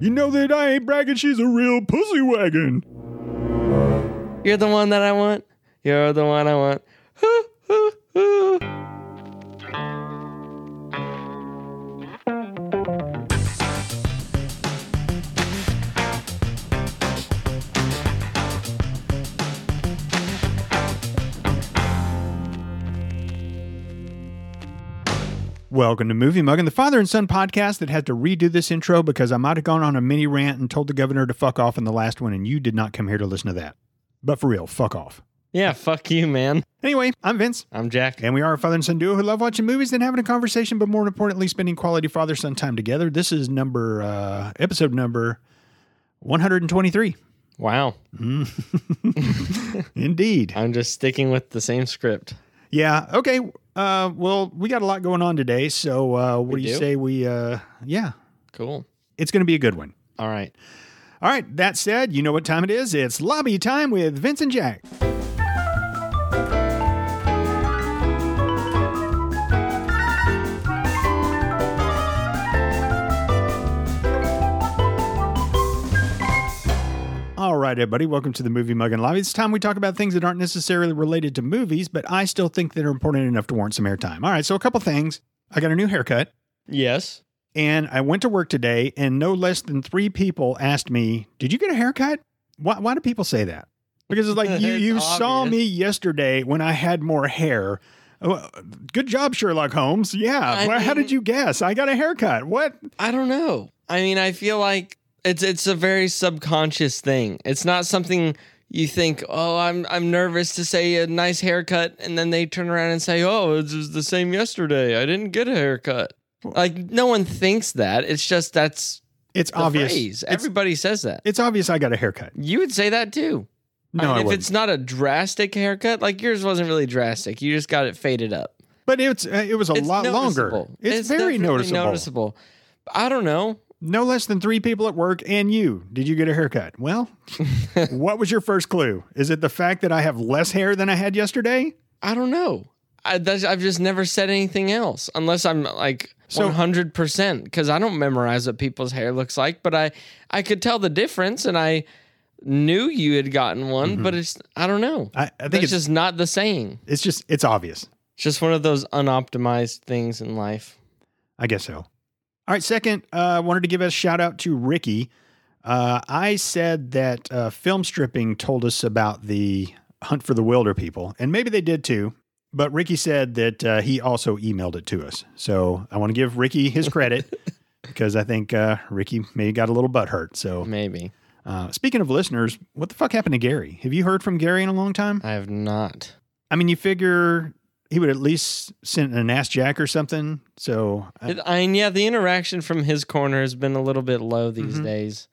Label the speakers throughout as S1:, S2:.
S1: You know that I ain't bragging. She's a real pussy wagon.
S2: You're the one that I want. You're the one I want. Hoo, hoo, hoo.
S1: Welcome to Movie Mug and the Father and Son podcast that had to redo this intro because I might have gone on a mini rant and told the governor to fuck off in the last one, and you did not come here to listen to that. But for real, fuck off.
S2: Yeah, fuck you, man.
S1: Anyway, I'm Vince.
S2: I'm Jack.
S1: And we are a father and son duo who love watching movies and having a conversation, but more importantly, spending quality father son time together. This is number, uh, episode number 123.
S2: Wow.
S1: Indeed.
S2: I'm just sticking with the same script.
S1: Yeah. Okay. Uh, well, we got a lot going on today. So, uh, what
S2: We
S1: do you
S2: do?
S1: say we, uh, yeah,
S2: Cool.
S1: it's going to be a good one.
S2: All right.
S1: All right. That said, you know what time it is. It's lobby time with Vince and Jack. All right, everybody, welcome to the Movie Mug and Lobby. It's time we talk about things that aren't necessarily related to movies, but I still think that are important enough to warrant some airtime. All right, so a couple things. I got a new haircut
S2: Yes.
S1: and I went to work today, and no less than three people asked me, "Did you get a haircut?" Why, why do people say that? Because it's like you
S2: It's
S1: you saw
S2: obvious.
S1: me yesterday when I had more hair. Oh, Good job, Sherlock Holmes. Yeah.
S2: I
S1: well, how
S2: mean-
S1: did you guess? I got a haircut. What?
S2: I don't know. I mean, I feel like it's it's a very subconscious thing. It's not something you think, "Oh, I'm I'm nervous to say a nice haircut," and then they turn around and say, "Oh, it was the same yesterday. I didn't get a haircut." Like no one thinks that. It's just that's
S1: It's
S2: the
S1: obvious.
S2: phrase.
S1: It's,
S2: Everybody says that.
S1: it's obvious. I got a haircut.
S2: You would say that too.
S1: No, I,
S2: I mean, if
S1: wouldn't.
S2: it's not a drastic haircut, like yours wasn't really drastic. You just got it faded up.
S1: but it's uh, it was a
S2: It's
S1: lot longer.
S2: noticeable.
S1: It's, very
S2: definitely
S1: noticeable.
S2: noticeable. I don't know.
S1: No less than three people at work and you. Did you get a haircut? Well, what was your first clue? Is it the fact that I have less hair than I had yesterday?
S2: I don't know. I, that's, I've just never said anything else unless I'm like
S1: So-
S2: 100% because I don't memorize what people's hair looks like, but I, I could tell the difference and I knew you had gotten one, but it's, I don't know.
S1: I, Mm-hmm. I think
S2: That's
S1: it's just,
S2: just not the saying.
S1: it's just it's obvious.
S2: It's just one of those unoptimized things in life.
S1: I guess so. All right. Second, uh, wanted to give a shout out to Ricky. Uh, I said that uh, film stripping told us about the hunt for the wilder people, and maybe they did too. But Ricky said that uh, he also emailed it to us, so I want to give Ricky his credit because I think uh, Ricky may got a little butt hurt. So,
S2: Maybe.
S1: uh, speaking of listeners, what the fuck happened to Gary? Have you heard from Gary in a long time?
S2: I have not.
S1: I mean, you figure he would at least send an ass jack or something. So uh,
S2: It- I mean, yeah, the interaction from his corner has been a little bit low these
S1: Mhm.
S2: days.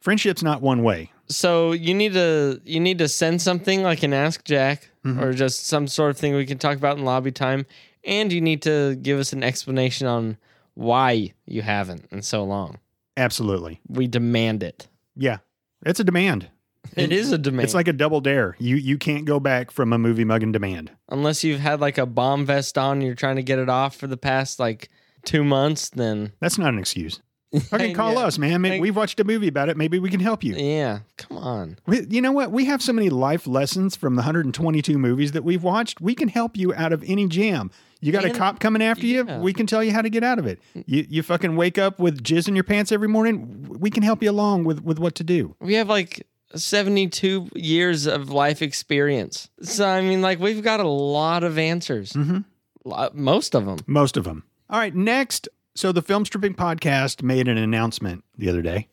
S1: friendship's not one way.
S2: So you need to you need to send something like an Ask Jack
S1: Mhm.
S2: or just some sort of thing we can talk about in lobby time, and you need to give us an explanation on why you haven't in so long.
S1: Absolutely.
S2: We demand it.
S1: Yeah. It's a demand.
S2: It is a demand.
S1: It's like a double dare. You you can't go back from a movie mug and demand.
S2: unless you've had like a bomb vest on, and you're trying to get it off for the past like two months. Then
S1: That's not an excuse. Fucking call
S2: Yeah.
S1: us, man. Maybe
S2: Like-
S1: we've watched a movie about it. Maybe we can help you.
S2: Yeah, come on.
S1: We, you know what? We have so many life lessons from the 122 movies that we've watched. We can help you out of any jam. You got a
S2: And-
S1: cop coming after
S2: yeah. Mm.
S1: you. We can tell you how to get out of it. You you fucking wake up with jizz in your pants every morning. We can help you along with with what to do.
S2: We have like 72 years of life experience. So, I mean, like, we've got a lot of answers.
S1: Mhm.
S2: Lo- Most of them.
S1: Most of them. All right, next. So the Film Stripping Podcast made an announcement the other day,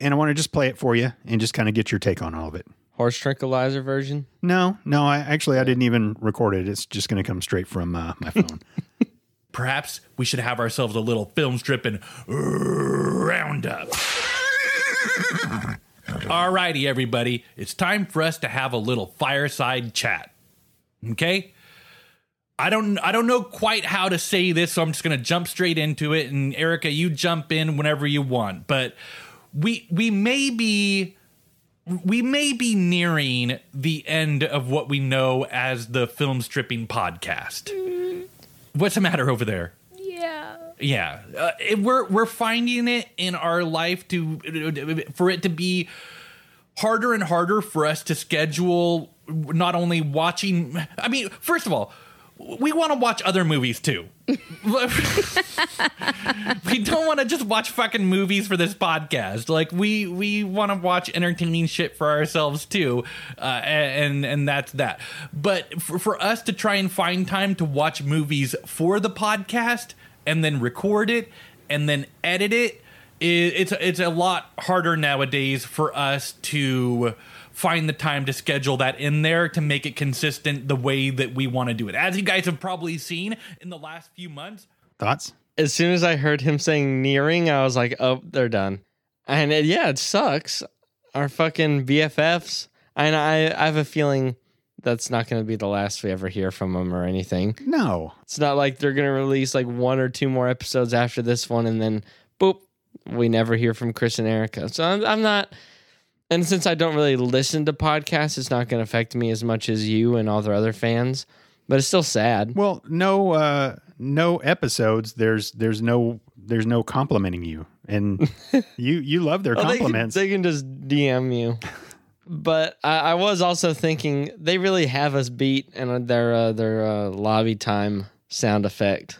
S1: and I want to just play it for you and just kind of get your take on all of it.
S2: Horse tranquilizer version.
S1: No, no, I actually I didn't even record it. It's just going to come straight from uh, my phone.
S3: Perhaps we should have ourselves a little film strip and roundup. Alrighty, everybody, it's time for us to have a little fireside chat. Okay? I don't I don't know quite how to say this, so I'm just gonna jump straight into it. And Erica, you jump in whenever you want. But we we may be we may be nearing the end of what we know as the film stripping podcast. What's the matter over there?
S4: Yeah.
S3: Yeah, uh, it- we're we're finding it in our life to for it to be harder and harder for us to schedule not only watching I mean, first of all, we want to watch other movies too. we don't want to just watch fucking movies for this podcast. Like we we want to watch entertaining shit for ourselves too, uh, and and that's that. But for, for us to try and find time to watch movies for the podcast and then record it and then edit it, i it's it's a lot harder nowadays for us to find the time to schedule that in there to make it consistent the way that we want to do it. As you guys have probably seen in the last few months,
S1: Thoughts?
S2: As soon as I heard him saying nearing, I was like, oh, they're done. And it, yeah, it sucks. Our fucking BFFs. And I, I have a feeling that's not going to be the last we ever hear from them or anything.
S1: No.
S2: It's not like they're going to release like one or two more episodes after this one and then boop, we never hear from Chris and Erica. So I'm, I'm not. And since I don't really listen to podcasts, it's not going to affect me as much as you and all their other fans. But it's still sad.
S1: Well, no, uh, no episodes. There's there's no there's no complimenting you, and you you love their
S2: Well, Oh, they can-
S1: compliments.
S2: They can, just DM you. But I, I was also thinking they really have us beat in their uh, their uh, lobby time sound effect.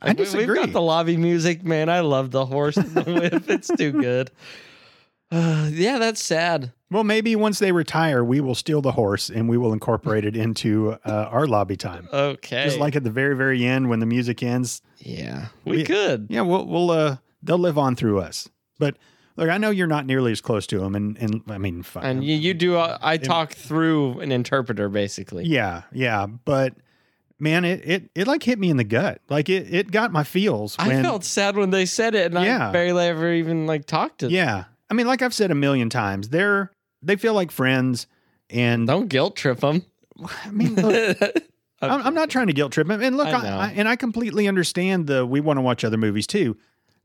S1: I
S2: we-
S1: disagree.
S2: We've got the lobby music, man. I love the horse and the whip. It's too good. Uh, yeah, that's sad.
S1: well, maybe once they retire, we will steal the horse and we will incorporate it into uh, our lobby time.
S2: Okay.
S1: Just like at the very very end when the music ends.
S2: yeah, we
S1: we-
S2: could.
S1: Yeah, we'll we'll uh, they'll live on through us. But look, I know you're not nearly as close to them, and and I mean, fuck,
S2: And you, you do. Uh, I talk through an interpreter, basically.
S1: Yeah, yeah, but man, it it it like hit me in the gut. Like it it got my feels.
S2: I
S1: when-
S2: felt sad when they said it, and I
S1: Yeah.
S2: barely ever even like talked to them.
S1: Yeah, I mean, like I've said a million times, they're they feel like friends, and
S2: Don't guilt trip them.
S1: I mean, look, I'm, I'm not trying to guilt trip them. And look,
S2: I
S1: I
S2: know.
S1: I- and I completely understand the we want to watch other movies too.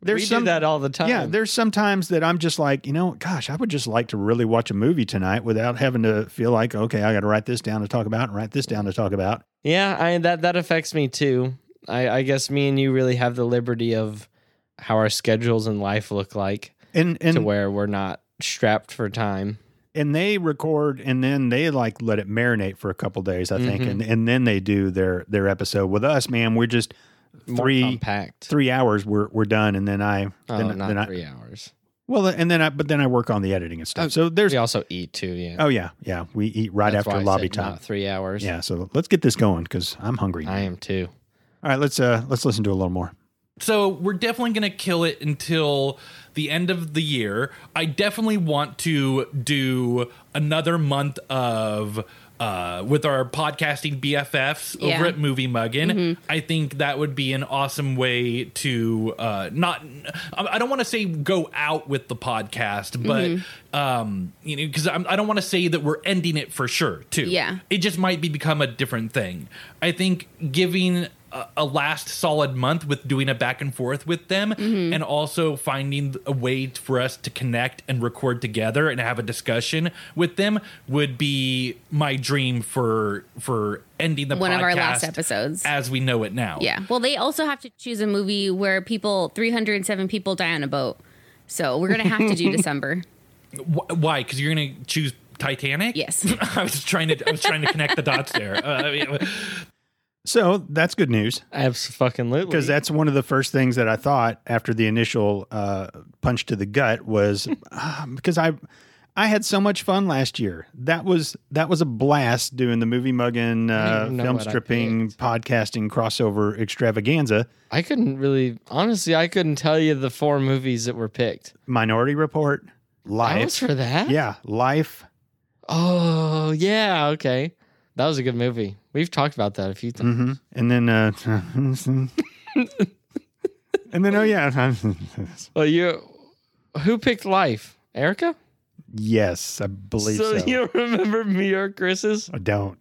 S1: There's
S2: we
S1: some
S2: do that all the time.
S1: Yeah, there's some times that I'm just like, you know, gosh, I would just like to really watch a movie tonight without having to feel like, okay, I got to write this down to talk about and write this down to talk about.
S2: yeah. I that that affects me too. I, I guess me and you really have the liberty of how our schedules in life look like
S1: And and
S2: to where we're not strapped for time.
S1: and they record and then they like let it marinate for a couple days, I think, and
S2: Mm-hmm.
S1: and then they do their their episode with us. Man, we're just
S2: More
S1: three
S2: compact.
S1: three hours we're we're done, and then I
S2: Oh,
S1: then,
S2: not
S1: then I
S2: three hours.
S1: well, and then I but then I work on the editing and stuff. so there's
S2: We also eat too. Yeah.
S1: oh yeah yeah we eat right
S2: That's why
S1: after
S2: I
S1: lobby
S2: said
S1: time.
S2: not three hours.
S1: Yeah, so let's get this going because I'm hungry.
S2: I am too.
S1: All right, let's uh let's listen to a little more.
S3: So we're definitely going to kill it until the end of the year. I definitely want to do another month of uh, with our podcasting BFFs
S4: Yeah.
S3: over at Movie Muggin. I think that would be an awesome way to uh, not. I I don't want to say go out with the podcast, but um, you know, because I don't want to say that we're ending it for sure too.
S4: Yeah.
S3: It just might be become a different thing. I think giving a, a last solid month with doing a back and forth with them
S4: Mm-hmm.
S3: and also finding a way for us to connect and record together and have a discussion with them would be my dream for for ending the
S4: One of our last
S3: podcast
S4: episodes.
S3: as we know it now.
S4: Yeah. Well, they also have to choose a movie where people, 307 people die on a boat. So we're going to have to do December.
S3: Wh- why? Because you're gonna choose Titanic.
S4: Yes.
S3: I was trying to I was trying to connect the dots there. Uh, I mean,
S1: So that's good news
S2: Absolutely.
S1: because that's one of the first things that I thought after the initial uh, punch to the gut was ah, because I I had so much fun last year. That was that was a blast doing the movie mugging, uh,
S2: even know
S1: film
S2: what I
S1: stripping, podcasting crossover extravaganza.
S2: I couldn't really, honestly, I couldn't tell you the four movies that were picked.
S1: Minority Report,
S2: That
S1: Life,
S2: was for that.
S1: yeah, Life.
S2: Oh yeah. Okay. That was a good movie. We've talked about that a few times.
S1: hmm And then, uh, and then, oh yeah,
S2: Well, you who picked life, Erica?
S1: yes, I believe
S2: so,
S1: so.
S2: you don't remember me or Chris's?
S1: I don't.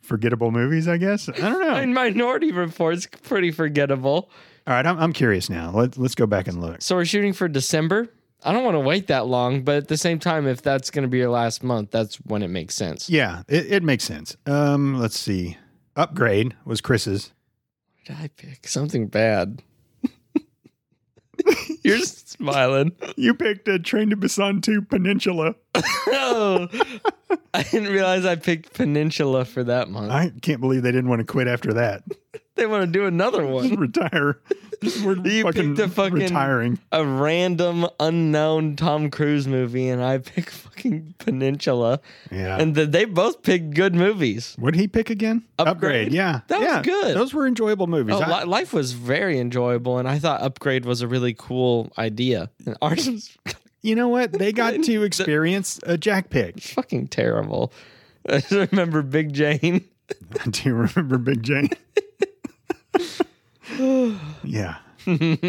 S1: Forgettable movies, I guess. I don't know.
S2: I mean, Minority Report's pretty forgettable.
S1: All right, I'm, I'm curious now. Let, let's go back and look.
S2: So we're shooting for December. I don't want to wait that long, but at the same time, if that's going to be your last month, that's when it makes sense.
S1: Yeah, it, it makes sense. Um, let's see. Upgrade was Chris's.
S2: What did I pick? Something bad. You're smiling.
S1: You picked a Train to Busan 2 Peninsula.
S2: Oh, I didn't realize I picked Peninsula for that month.
S1: I can't believe they didn't want to quit after that.
S2: they want to do another
S1: Just
S2: one.
S1: retire. We're
S2: You
S1: fucking,
S2: picked a fucking-
S1: retiring.
S2: A random unknown Tom Cruise movie, and I pick fucking Peninsula.
S1: Yeah.
S2: And th- they both picked good movies.
S1: What did he pick again?
S2: Upgrade.
S1: Yeah.
S2: That was
S1: Yeah.
S2: good.
S1: Those were enjoyable movies.
S2: Oh,
S1: I-
S2: li- life was very enjoyable, and I thought Upgrade was a really cool idea. And ours was
S1: you know what? They got to experience a jack pick.
S2: fucking terrible. I just remember Big Jane.
S1: Do you remember Big Jane? yeah. All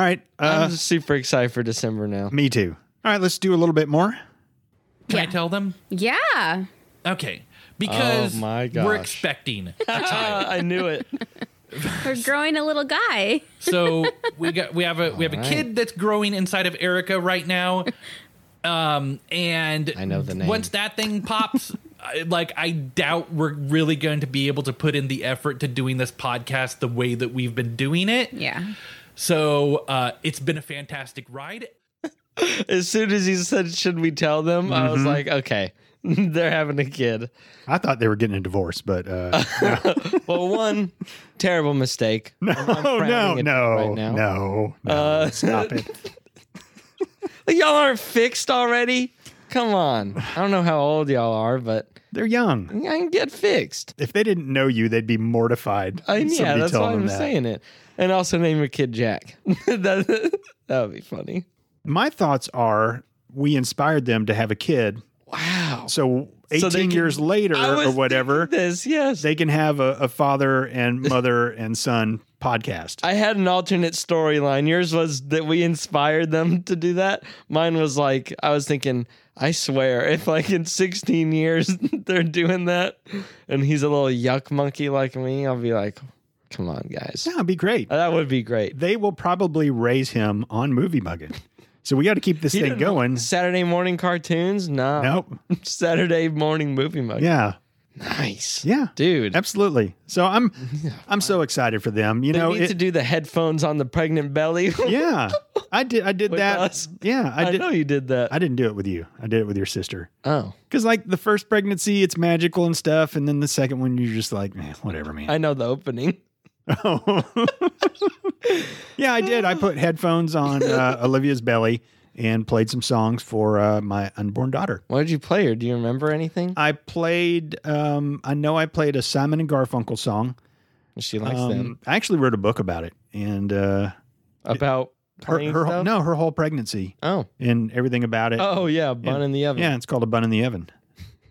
S1: right. Uh,
S2: I'm super excited for December now.
S1: me too. All right. Let's do a little bit more.
S3: Can I
S4: Yeah.
S3: tell them?
S4: Yeah.
S3: Okay. Because
S2: Oh my
S3: we're
S2: gosh.
S3: expecting.
S2: Ah, I knew it.
S4: We're growing a little guy.
S3: So we got we have a we have a
S2: All
S3: kid that's growing inside of Erica right now. Um and
S2: I know the name.
S3: Once that thing pops, I, like I doubt we're really going to be able to put in the effort to doing this podcast the way that we've been doing it.
S4: Yeah.
S3: So uh it's been a fantastic ride.
S2: As soon as he said, "Should we tell them?" I was like, "Okay, they're having a kid."
S1: I thought they were getting a divorce, but uh,
S2: Well, one terrible mistake. No,
S1: oh no, no,
S2: right now.
S1: no, no,
S2: Uh,
S1: stop it.
S2: y'all aren't fixed already. Come on, I don't know how old y'all are, but
S1: They're young.
S2: I can get fixed.
S1: If they didn't know you, they'd be mortified.
S2: I, yeah,
S1: Somebody
S2: that's
S1: telling
S2: why
S1: them
S2: I'm
S1: that.
S2: saying it. And also name your kid Jack. that that would be funny.
S1: My thoughts are we inspired them to have a kid.
S2: Wow.
S1: So 18
S2: they can-
S1: years later
S2: I was
S1: or whatever,
S2: thinking This yes.
S1: they can have a, a father and mother and son podcast.
S2: I had an alternate storyline. Yours was that we inspired them to do that. Mine was like I was thinking, I swear, if like in 16 years they're doing that, and he's a little yuck monkey like me, I'll be like, come on, guys,
S1: That'd be great.
S2: that would be great.
S1: They will probably raise him on movie mugging. So we got to keep this thing
S2: didn't-
S1: going.
S2: Saturday morning cartoons, nah.
S1: Nope.
S2: Saturday morning movie mug.
S1: Yeah.
S2: Nice.
S1: Yeah.
S2: Dude,
S1: Absolutely. So I'm I'm so excited for them. You
S2: they
S1: know,
S2: need
S1: it-
S2: to do the headphones on the pregnant belly.
S1: yeah. I did I did
S2: With
S1: that.
S2: us.
S1: Yeah, I
S2: I,
S1: did
S2: know you did that.
S1: I didn't do it with you. I did it with your sister.
S2: oh,
S1: Because like the first pregnancy, it's magical and stuff, and then the second one, you're just like, man, whatever, man.
S2: I know the opening.
S1: Oh. yeah, I did. I put headphones on uh, Olivia's belly and played some songs for uh, my unborn daughter.
S2: What did you play, or do you remember anything?
S1: I played. Um, I know I played a Simon and Garfunkel song.
S2: She likes them.
S1: Um, I actually wrote a book about it, and uh,
S2: About
S1: her,
S2: playing
S1: her whole-
S2: stuff?
S1: no, her whole pregnancy
S2: Oh.
S1: and everything about it.
S2: Oh yeah, bun in the oven.
S1: yeah, it's called a bun in the oven.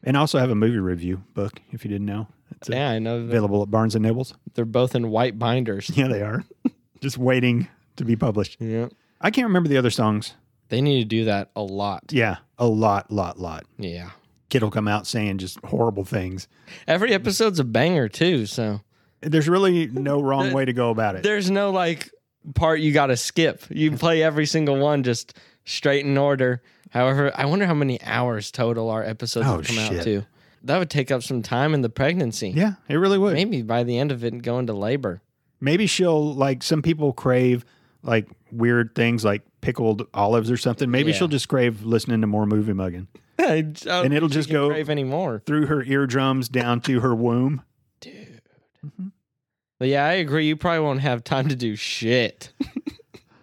S1: And I also have a movie review book. If you didn't know, it's uh,
S2: Yeah, I know. that
S1: available at Barnes and Nobles.
S2: They're both in white binders.
S1: Yeah, they are. Just waiting to be published.
S2: Yeah.
S1: I can't remember the other songs.
S2: They need to do that a lot.
S1: Yeah, a lot, lot, lot.
S2: Yeah.
S1: Kid will come out saying just horrible things.
S2: Every episode's a banger too, so
S1: There's really no wrong way to go about it.
S2: there's no like part you got to skip. You play every single one just straight in order. However, I wonder how many hours total our episodes
S1: Oh,
S2: have come
S1: shit.
S2: out to. That would take up some time in the pregnancy.
S1: Yeah, it really would. Maybe.
S2: Maybe by the end of it, go into labor.
S1: she'll like some people crave like weird things like pickled olives or something. Maybe
S2: Yeah.
S1: she'll just crave listening to more movie mugging
S2: and
S1: And it'll just go-
S2: crave anymore.
S1: through her eardrums down to her womb.
S2: dude.
S1: Mm-hmm.
S2: But yeah, I agree. You probably won't have time to do shit.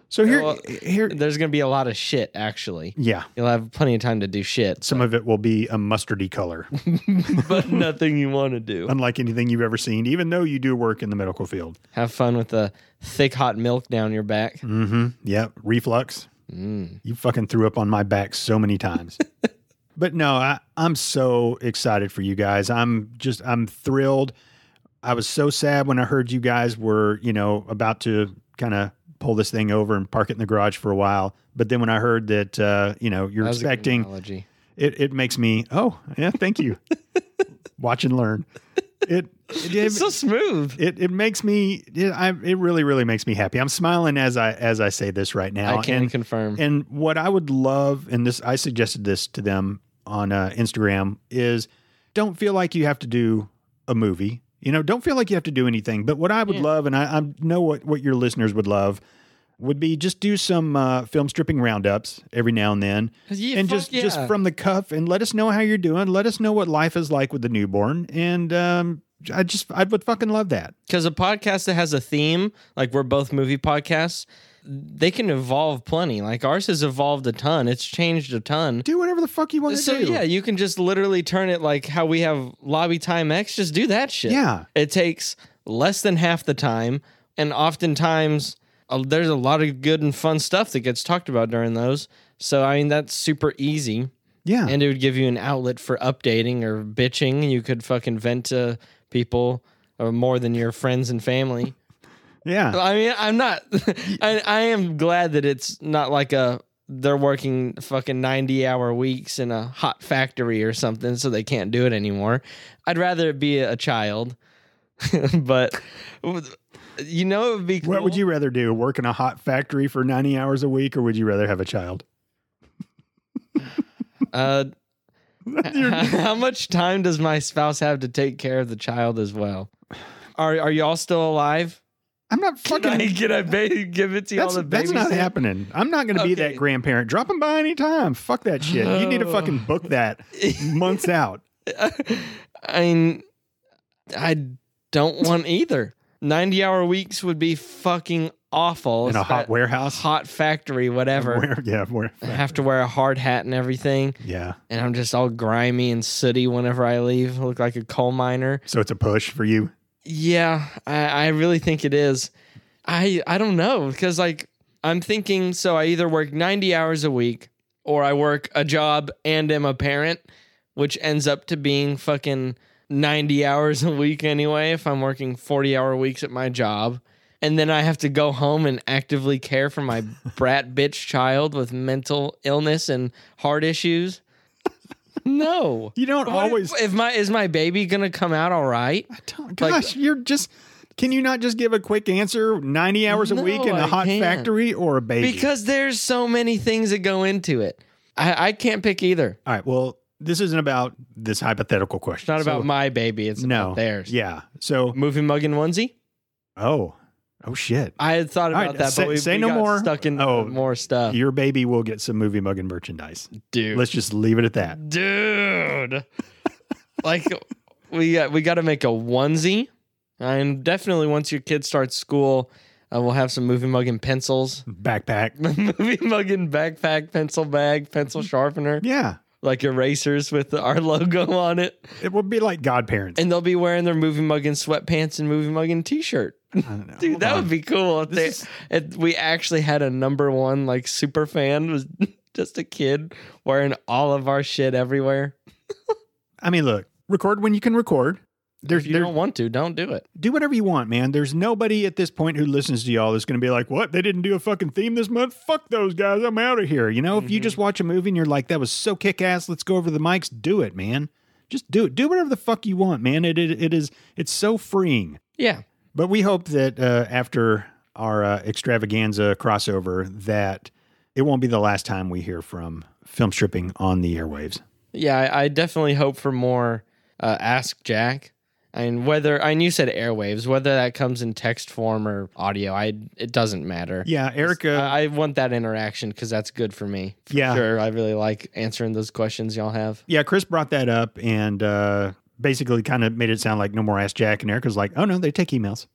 S1: So here,
S2: Well,
S1: here,
S2: There's gonna be a lot of shit. Actually,
S1: yeah,
S2: you'll have plenty of time to do shit,
S1: some of it will be a mustardy color,
S2: but nothing you want to do.
S1: unlike anything you've ever seen, even though you do work in the medical field.
S2: Have fun with the thick hot milk down your back.
S1: Mm-hmm. Yeah. Reflux.
S2: Mm.
S1: You fucking threw up on my back so many times. but no, I, I'm so excited for you guys. I'm just, I'm thrilled. I was so sad when I heard you guys were, you know, about to kind of pull this thing over and park it in the garage for a while. But then when I heard that, uh, you know, you're
S2: That was a good
S1: expecting,
S2: analogy.
S1: it, it makes me, oh, yeah, thank you. Watch and learn. It, it,
S2: It's so smooth.
S1: it it makes me it, I, it really really makes me happy. I'm smiling as I as I say this right now.
S2: I can
S1: and,
S2: confirm.
S1: and what I would love, and this I suggested this to them on uh, Instagram, is don't feel like you have to do a movie. You know, don't feel like you have to do anything. But what I would love, and I, I know what what your listeners would love, would be just do some uh, film stripping roundups every now and then,
S2: Yeah,
S1: and
S2: fuck
S1: just just
S2: yeah.
S1: from the cuff, and let us know how you're doing. Let us know what life is like with the newborn, and um, I just I would fucking love that.
S2: Because a podcast that has a theme, like we're both movie podcasts, they can evolve plenty. Like ours has evolved a ton. It's changed a ton.
S1: Do whatever the fuck you want
S2: So
S1: to do.
S2: yeah, you can just literally turn it like how we have lobby time X. Just do that shit.
S1: Yeah.
S2: it takes less than half the time, and oftentimes uh, there's a lot of good and fun stuff that gets talked about during those. So I mean that's super easy,
S1: yeah.
S2: and it would give you an outlet for updating or bitching. You could fucking vent to people or more than your friends and family.
S1: yeah.
S2: I mean, I'm not. I, I am glad that it's not like a they're working fucking 90 hour weeks in a hot factory or something, so they can't do it anymore. I'd rather it be a child, but you know, it would be. Cool.
S1: What would you rather do? Work in a hot factory for 90 hours a week, or would you rather have a child?
S2: Uh, how much time does my spouse have to take care of the child as well? Are Are y'all still alive?
S1: I'm not
S2: Can
S1: fucking.
S2: I, can I ba- give it to y'all
S1: That's,
S2: the
S1: that's
S2: baby?
S1: not happening. I'm not going to be
S2: Okay. Oh.
S1: that grandparent. Drop him by any time. Fuck that shit. You need to fucking book that months out.
S2: I mean, I don't want either. 90 hour weeks would be fucking awful.
S1: In a
S2: It's
S1: hot
S2: that
S1: warehouse.
S2: hot factory, whatever.
S1: Where- yeah, where-
S2: I have to wear a hard hat and everything.
S1: yeah.
S2: And I'm just all grimy and sooty whenever I leave. I look like a coal miner.
S1: So it's a push for you.
S2: Yeah, I, I really think it is. I I don't know because like I'm thinking so I either work 90 hours a week or I work a job and am a parent, which ends up to being fucking 90 hours a week anyway if I'm working 40 hour weeks at my job. And then I have to go home and actively care for my brat bitch child with mental illness and heart issues. No.
S1: You don't
S2: What-
S1: always.
S2: if my is my baby gonna come out all right?
S1: Don't- gosh, you're just. Can you not just give a quick answer? 90 hours a
S2: No,
S1: week in a
S2: I
S1: hot
S2: can't.
S1: factory or a baby?
S2: Because there's so many things that go into it. I, I can't pick either.
S1: All right. Well, this isn't about this hypothetical question.
S2: It's not
S1: So-
S2: about my baby. It's
S1: no
S2: about theirs.
S1: Yeah. So
S2: Movie mug and onesie.
S1: oh oh shit.
S2: I had thought
S1: All
S2: about
S1: right,
S2: that,
S1: say-
S2: but we,
S1: say
S2: we
S1: no
S2: got
S1: more.
S2: stuck in
S1: Oh,
S2: more stuff.
S1: Your baby will get some movie mug and merchandise.
S2: Uh. Dude,
S1: Let's just leave it at that.
S2: dude, like we got, we got to make a onesie. And definitely once your kid starts school, uh, we'll have some movie mug and pencils,
S1: Backpack.
S2: movie mug and backpack, pencil bag, pencil sharpener,
S1: Yeah.
S2: like erasers with our logo on it.
S1: It would be like godparents.
S2: and they'll be wearing their movie mugging sweatpants and movie mugging t-shirt. Dude, that would be cool if, they, if we actually had a number one like super fan was just a kid wearing all of our shit everywhere.
S1: I mean, look, record when you can record. There's,
S2: If you
S1: there-
S2: don't want to, don't do it.
S1: do whatever you want, man. There's nobody at this point who listens to y'all that's going to be like, "What? They didn't do a fucking theme this month? Fuck those guys! I'm out of here." You know, if you just watch a movie and you're like, "That was so kick ass! Let's go over the mics. Do it, man. Just do it. Do whatever the fuck you want, man. It it, it is it's so freeing.
S2: Yeah.
S1: But we hope that uh, after our uh, extravaganza crossover, that it won't be the last time we hear from film stripping on the airwaves.
S2: Yeah, I, I definitely hope for more uh, Ask Jack. And whether I knew said airwaves, whether that comes in text form or audio, I it doesn't matter. Uh,
S1: Yeah, Erica.
S2: I, I want that interaction because that's good for me. For
S1: Yeah.
S2: sure. I really like answering those questions y'all have.
S1: Yeah, Chris brought that up and uh, basically kind of made it sound like no more Ask Jack. And Erica's like, oh no, they take emails.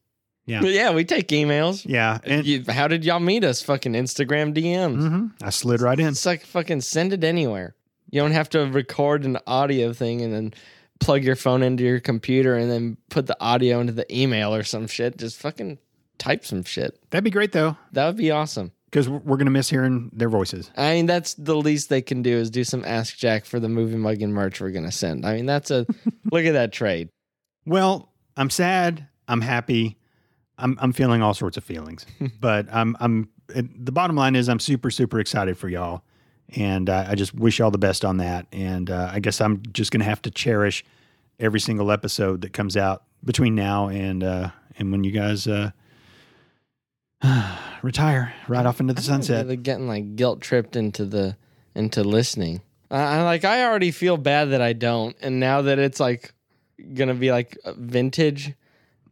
S1: Yeah.
S2: But yeah, we take emails.
S1: Yeah, and
S2: You, how did y'all meet us? Fucking Instagram DMs.
S1: Mhm. I slid right in.
S2: It's like fucking send it anywhere. You don't have to record an audio thing and then plug your phone into your computer and then put the audio into the email or some shit. Just fucking type some shit.
S1: That'd be great though,
S2: That would be awesome.
S1: because we're gonna miss hearing their voices.
S2: I mean, that's the least they can do is do some Ask Jack for the movie mug and merch we're gonna send. I mean, that's a look at that trade.
S1: Well, I'm sad. I'm happy. I'm I'm feeling all sorts of feelings. but I'm I'm it, the bottom line is I'm super super excited for y'all, and uh, I just wish y'all the best on that. And uh, I guess I'm just gonna have to cherish every single episode that comes out between now and uh, and when you guys uh, retire right off into the sunset.
S2: Really getting like guilt tripped into the into listening. I, I like I already feel bad that I don't, and now that it's like gonna be like vintage,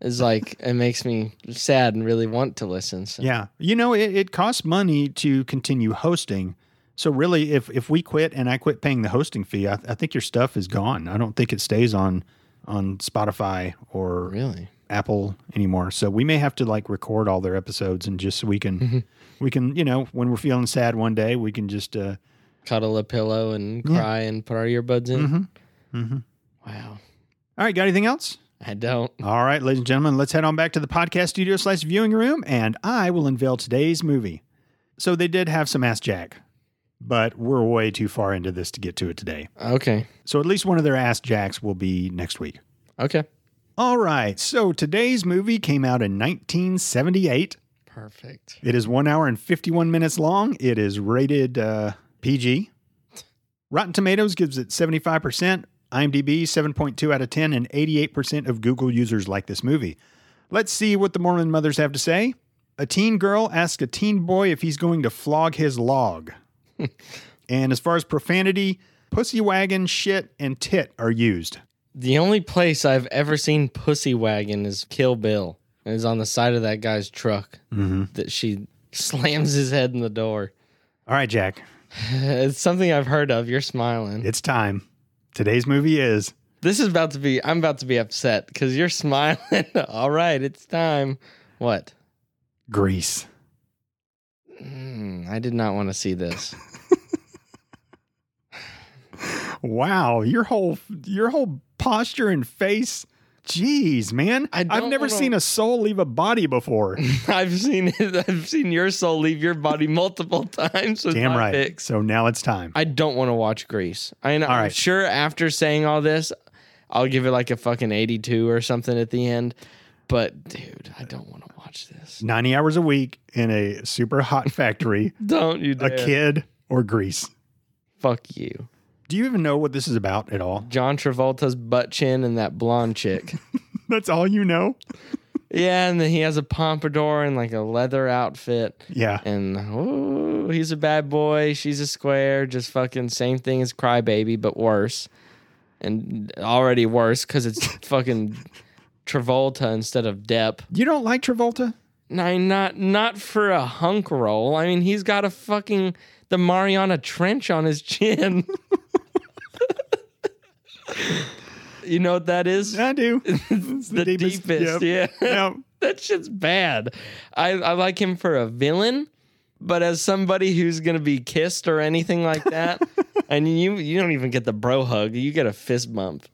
S2: is like it makes me sad and really want to listen. So
S1: Yeah. You know, it, it costs money to continue hosting. So really, if if we quit and I quit paying the hosting fee, I, I think your stuff is gone. I don't think it stays on on Spotify or
S2: really,
S1: Apple anymore. So we may have to like record all their episodes and just so we can we can you know when we're feeling sad one day we can just uh,
S2: cuddle a pillow and cry and put our earbuds in. Mm-hmm. Wow,
S1: all right. Got anything else?
S2: I don't.
S1: All right, ladies and gentlemen, let's head on back to the podcast studio slash viewing room, and I will unveil today's movie. So they did have some ass jack, but we're way too far into this to get to it today.
S2: Okay,
S1: So at least one of their ass jacks will be next week.
S2: okay,
S1: All right, so today's movie came out in 1978.
S2: perfect.
S1: It is one hour and 51 minutes long. It is rated uh, PG. Rotten Tomatoes gives it 75%, IMDb 7.2 out of 10, and 88% of Google users like this movie. Let's see what the Mormon mothers have to say. A teen girl asks a teen boy if he's going to flog his log. and as far as profanity, pussy wagon, shit, and tit are used.
S2: The only place I've ever seen pussy wagon is Kill Bill, and it's on the side of that guy's truck
S1: Mm-hmm.
S2: that she slams his head in the door.
S1: All right, Jack,
S2: It's something I've heard of. You're smiling.
S1: it's time. Today's movie is
S2: This is about to be. I'm about to be upset because you're smiling. All right, it's time. What?
S1: Grease.
S2: Mm, I did not want to see this.
S1: Wow, your whole your whole posture and face. Jeez, man.
S2: I
S1: I've
S2: don't
S1: never
S2: wanna-
S1: seen a soul leave a body before.
S2: I've seen it. I've seen your soul leave your body multiple times. With
S1: Damn
S2: my
S1: right.
S2: picks.
S1: So now it's time.
S2: I don't want to watch Grease. I know, I'm
S1: right.
S2: sure after saying all this, I'll give it like a fucking 82 or something at the end. But dude, I don't want to watch this.
S1: 90 hours a week in a super hot factory,
S2: Don't you dare.
S1: a kid or grease.
S2: Fuck you.
S1: Do you even know what this is about at all?
S2: John Travolta's butt chin and that blonde chick.
S1: That's all you know?
S2: yeah, and then he has a pompadour and like a leather outfit.
S1: Yeah.
S2: And oh, he's a bad boy. She's a square. Just fucking same thing as Crybaby, but worse. And already worse because it's fucking Travolta instead of Depp.
S1: You don't like Travolta?
S2: No, not not for a hunk roll. I mean, he's got a fucking the Mariana Trench on his chin. you know what that is?
S1: I do. It's
S2: the, deepest.
S1: Yep.
S2: Yeah,
S1: Yep.
S2: that shit's bad. I, I like him for a villain, but as somebody who's gonna be kissed or anything like that, and you you don't even get the bro hug. You get a fist bump.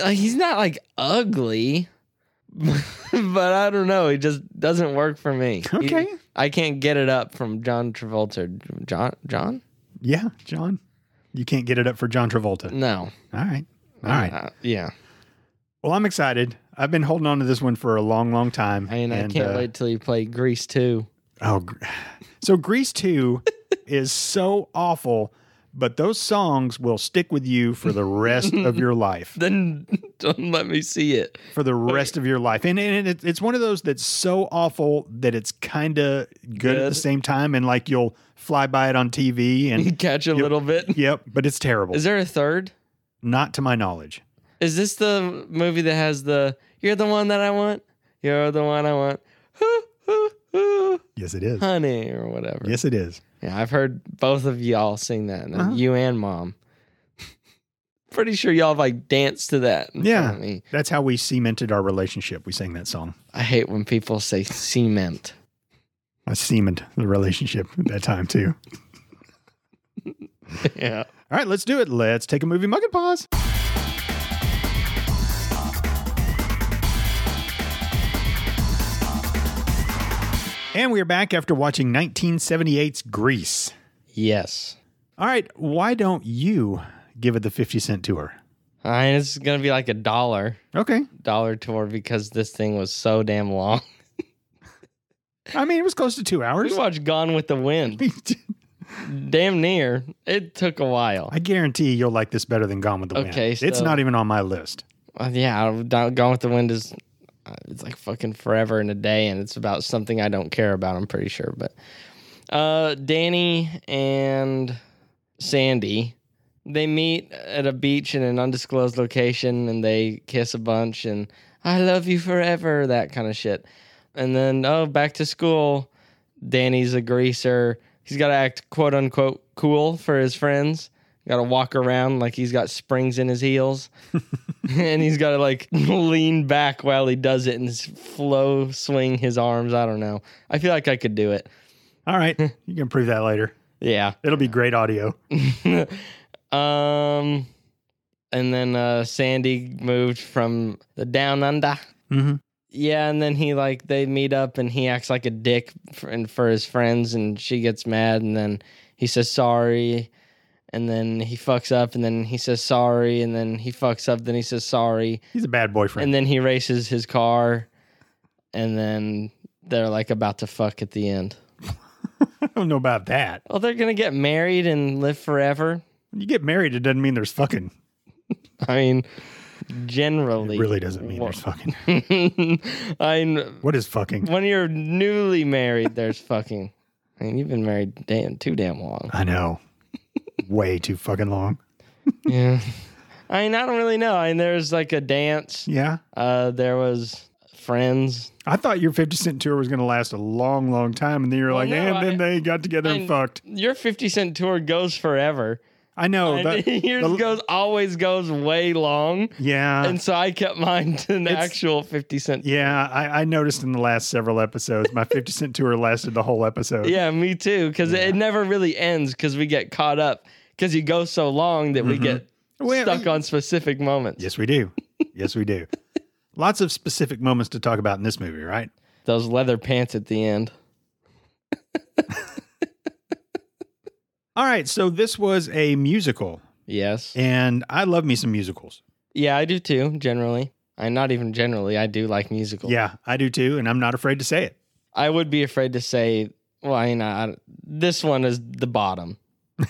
S2: Like he's not like ugly, but I don't know. He just doesn't work for me. He-
S1: Okay.
S2: I can't get it up from John Travolta. John John?
S1: Yeah, John. You can't get it up for John Travolta.
S2: No.
S1: All right. All right.
S2: Uh, yeah.
S1: Well, I'm excited. I've been holding on to this one for a long, long time.
S2: I mean, I
S1: And,
S2: can't
S1: uh,
S2: wait till you play Grease too.
S1: Oh, gr- so Grease 2 is so awful, but those songs will stick with you for the rest of your life.
S2: Then don't let me see it.
S1: For the rest of your life. And, and it, it's one of those that's so awful that it's kind of good, at the
S2: Good.
S1: same time. And like you'll fly by it on TV. And
S2: Catch a little bit.
S1: yep, but it's terrible.
S2: Is there a third?
S1: Not to my knowledge.
S2: Is this the movie that has the "You're the one that I want, you're the one I want, hoo, hoo, hoo,
S1: Yes, it is.
S2: honey" or whatever?
S1: Yes, it is.
S2: Yeah, I've heard both of y'all sing that, and you and mom. Pretty sure y'all have like danced to that. in front
S1: Yeah.
S2: of me.
S1: That's how we cemented our relationship. We sang that song.
S2: I hate when people say cement.
S1: I cemented the relationship at that time, too.
S2: yeah.
S1: All right, let's do it. Let's take a movie mug and pause. And we are back after watching 1978's Grease.
S2: Yes.
S1: All right, why don't you give it the 50 cent tour?
S2: I mean, it's gonna be like a dollar
S1: Okay.
S2: dollar tour because this thing was so damn long.
S1: I mean, it was close to two hours.
S2: We watched Gone with the Wind, damn near. It took a while.
S1: I guarantee you'll like this better than Gone with the
S2: Okay,
S1: Wind. It's
S2: so-
S1: not even on my list.
S2: Uh, yeah, I- Down- Gone with the Wind is uh, it's like fucking forever in a day, and it's about something I don't care about. I'm pretty sure, but uh, Danny and Sandy they meet at a beach in an undisclosed location, and they kiss a bunch. And I love you forever, that kind of shit. And then, oh, back to school. Danny's a greaser. He's got to act quote unquote cool for his friends. Got to walk around like he's got springs in his heels. and he's got to like lean back while he does it and s- flow swing his arms. I don't know. I feel like I could do it.
S1: All right, you can prove that later.
S2: Yeah.
S1: It'll be great audio.
S2: Um, and then uh, Sandy moved from the down under.
S1: Mhm.
S2: Yeah, and then he like they meet up and he acts like a dick for, and for his friends, and she gets mad, and then he says sorry, and then he fucks up, and then he says sorry, and then he fucks up, then he says sorry,
S1: He's a bad boyfriend.
S2: and then he races his car, and then they're like about to fuck at the end.
S1: I don't know about that.
S2: Oh, they're gonna get married and live forever.
S1: When you get married, it doesn't mean there's fucking.
S2: I mean,
S1: It
S2: generally,
S1: really doesn't mean
S2: Wha-
S1: there's fucking.
S2: I kn-
S1: What is fucking?
S2: when you're newly married, there's fucking. I mean, you've been married damn too damn long.
S1: I know. Way too fucking long.
S2: Yeah. I mean, I don't really know. I mean, there was like a dance.
S1: Yeah.
S2: Uh, there was friends.
S1: I thought your 50 Cent tour was going to last a long, long time. And then you were
S2: Well,
S1: like,
S2: no,
S1: and
S2: I-
S1: then they got together and
S2: I-
S1: fucked.
S2: Your Fifty Cent tour goes forever.
S1: I know.
S2: and
S1: Oh, that-
S2: yours
S1: the-
S2: goes always goes way long,
S1: yeah.
S2: and so I kept mine to an
S1: Uh, It's-
S2: actual Fifty Cent.
S1: yeah. I, I noticed in the last several episodes, my 50 Cent tour lasted the whole episode.
S2: Yeah, me too. Because it never really ends. Because we get caught up. Because you go so long that we get
S1: Mm-hmm. Well,
S2: stuck on specific moments.
S1: Yes, we do. Yes, we do. Lots of specific moments to talk about in this movie, right?
S2: Those leather pants at the end.
S1: All right. So this was a musical,
S2: Yes.
S1: and I love me some musicals.
S2: Yeah, I do too. Generally, I'm not even generally. I do like musicals.
S1: Yeah, I do too, and I'm not afraid to say it.
S2: I would be afraid to say. Well, I mean, I, this one is the bottom.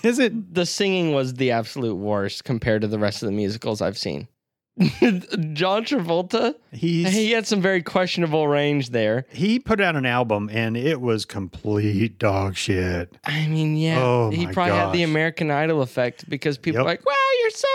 S1: Is it?
S2: The singing was the absolute worst compared to the rest of the musicals I've seen. John Travolta,
S1: He's
S2: he had some very questionable range there.
S1: he put out an album, and it was complete dog shit.
S2: I mean, yeah,
S1: Oh,
S2: he
S1: my
S2: probably had the
S1: gosh.
S2: American Idol effect because people
S1: Yep.
S2: are like, "Wow, you're so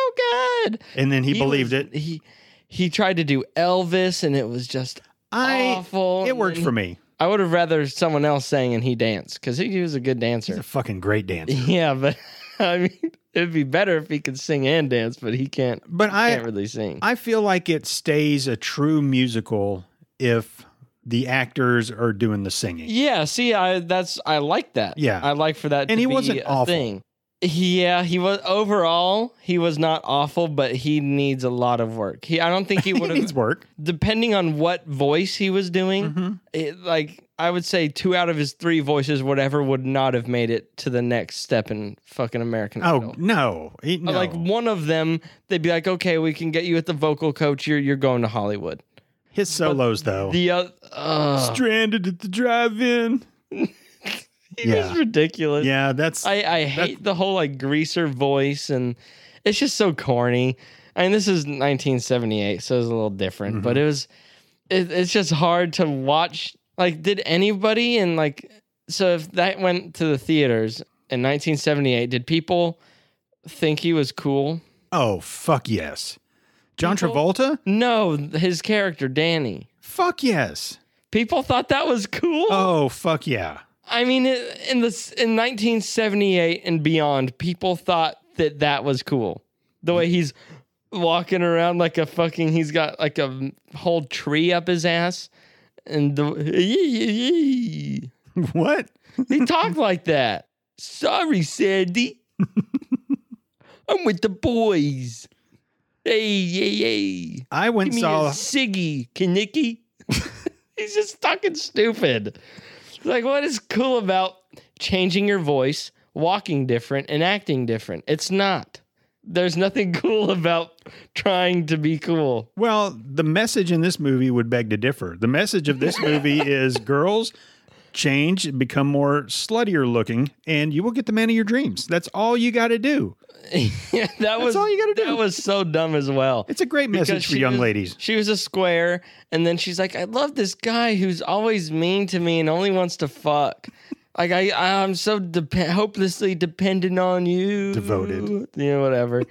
S2: good."
S1: And then he, believed
S2: was-
S1: it.
S2: He he tried to do Elvis, and it was just
S1: I
S2: awful.
S1: it worked
S2: And
S1: for me.
S2: I would have rather someone else sang and he danced because he, he was a good
S1: He's
S2: dancer.
S1: a fucking great dancer.
S2: yeah, but I mean, it'd be better if he could sing and dance, but he can't.
S1: But I
S2: can't really sing.
S1: I feel like it stays a true musical if the actors are doing the singing.
S2: yeah, see, I that's I like that.
S1: Yeah.
S2: I like for that.
S1: And
S2: to
S1: he
S2: be
S1: wasn't
S2: a
S1: awful.
S2: Thing. Yeah, he was overall he was not awful, but he needs a lot of work. He I don't think he
S1: It
S2: would
S1: needs Mm-hmm.
S2: have
S1: work.
S2: depending on what voice he was doing. It, like I would say, two out of his three voices, whatever, would not have made it to the next step in fucking American Idol.
S1: Oh no, He- no.
S2: Like one of them, they'd be like, "Okay, we can get you at the vocal coach. You're you're going to Hollywood."
S1: his solos though.
S2: The other, uh,
S1: Stranded at the drive-in.
S2: he
S1: Yeah.
S2: was ridiculous.
S1: Yeah, that's
S2: I I hate the whole like greaser voice, and it's just so corny. I mean, this is 1978, so it's a little different,
S1: Mm-hmm.
S2: but it was. It, it's just hard to watch. Like, did anybody in like so if that went to the theaters in 1978, did people think he was cool?
S1: oh fuck yes. John
S2: People-
S1: Travolta?
S2: No, his character Danny.
S1: Fuck yes.
S2: People thought that was cool.
S1: Oh fuck yeah.
S2: I mean, it- in the s- in 1978 and beyond, people thought that that was cool. The way he's walking around like a fucking, he's got like a whole tree up his ass, and the,
S1: What?
S2: he talked like that. Sorry, Sandy. I'm with the boys. Hey, hey, hey.
S1: I
S2: Give
S1: went
S2: me
S1: saw
S2: a Siggy, Kanicki. He's just fucking stupid. Like, what is cool about changing your voice, walking different, and acting different? It's not. There's nothing cool about trying to be cool.
S1: Well, the message in this movie would beg to differ. The message of this movie is girls change, become more sluttier looking, and you will get the man of your dreams. That's all you got to do.
S2: that was
S1: all you gotta do.
S2: That was so dumb as well.
S1: It's a great
S2: Because
S1: message for
S2: she
S1: young
S2: was-
S1: ladies.
S2: She was a square, and then she's like, "I love this guy who's always mean to me and only wants to fuck." like I, I'm so dep hopelessly dependent on you.
S1: Devoted.
S2: You know, whatever.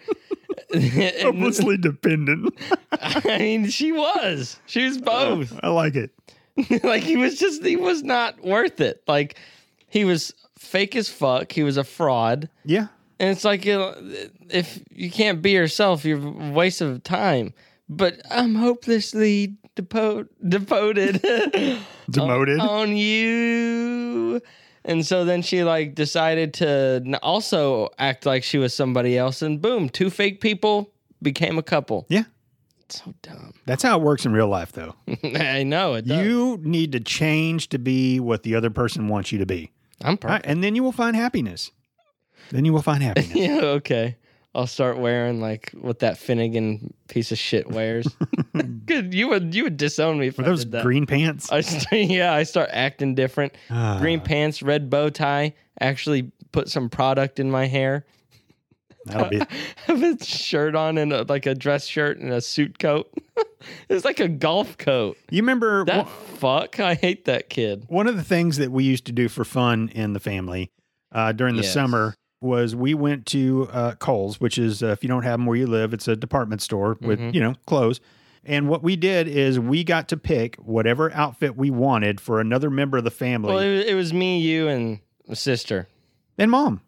S1: hopelessly dependent.
S2: I mean, she was. She was both.
S1: I like it.
S2: like he was just he was not worth it. Like he was fake as fuck. He was a fraud.
S1: Yeah.
S2: And it's like you know, if you can't be yourself, you're a waste of time. But I'm hopelessly depo- depoted
S1: Demoted.
S2: on you. And so then she like decided to n- also act like she was somebody else, and boom, two fake people became a couple.
S1: Yeah.
S2: So dumb.
S1: That's how it works in real life, though.
S2: I know it. Does.
S1: You need to change to be what the other person wants you to be.
S2: I'm
S1: All right,
S2: perfect.
S1: and then you will find happiness. Then you will find happiness.
S2: Yeah. Okay. I'll start wearing like what that Finnegan piece of shit wears. Good. You would you would disown me for
S1: Were those
S2: that.
S1: green pants?
S2: I st- yeah, I start acting different.
S1: Ah.
S2: Green pants, red bow tie. Actually, put some product in my hair.
S1: That'll be.
S2: Have a shirt on and a, like a dress shirt and a suit coat. it's like a golf coat.
S1: You remember
S2: That
S1: one-
S2: fuck. I hate that kid.
S1: one of the things that we used to do for fun in the family uh, during the
S2: Yes.
S1: summer was we went to uh, Kohl's, which is uh, if you don't have them where you live, it's a department store with
S2: Mm-hmm.
S1: you know clothes. And what we did is we got to pick whatever outfit we wanted for another member of the family
S2: Well, it, was- it was me, you, and sister.
S1: and mom.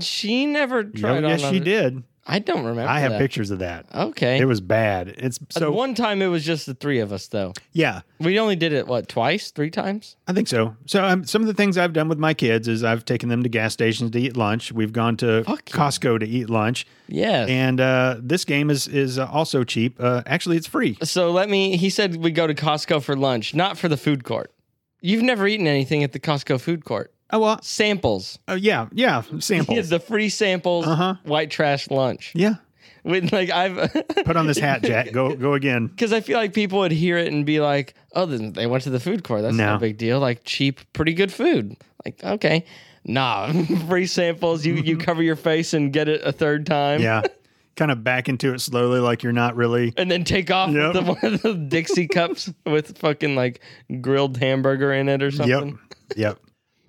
S2: She never
S1: Yeah,
S2: tried on.
S1: yes, she
S2: other-
S1: did.
S2: I don't remember.
S1: I have
S2: that.
S1: pictures of that.
S2: Okay.
S1: It was bad. It's
S2: At
S1: so
S2: one time it was just the three of us though.
S1: yeah.
S2: We only did it what twice, three times.
S1: I think so. So um, some of the things I've done with my kids is I've taken them to gas stations to eat lunch. We've gone to
S2: Fuck yeah.
S1: Costco to eat lunch,
S2: Yes.
S1: and uh, this game is is uh, also cheap. Uh, actually, it's free.
S2: so let me. He said we go to Costco for lunch, not for the food court. You've never eaten anything at the Costco food court.
S1: Oh well,
S2: Samples.
S1: uh, yeah, yeah, samples.
S2: Yeah, the free samples.
S1: Uh-huh.
S2: White trash lunch.
S1: yeah,
S2: With like I've.
S1: put on this hat, Jack. Go go again.
S2: Because I feel like people would hear it and be like, "Oh, then they went to the food court. That's
S1: No.
S2: no big deal. Like cheap, pretty good food. Like okay, nah, free samples. You you cover your face and get it a third time.
S1: Mm-hmm. Yeah, kind of back into it slowly, like you're not really.
S2: and then take off
S1: Yep.
S2: the, one of the Dixie cups with fucking like grilled hamburger in it or something.
S1: Yep, yep.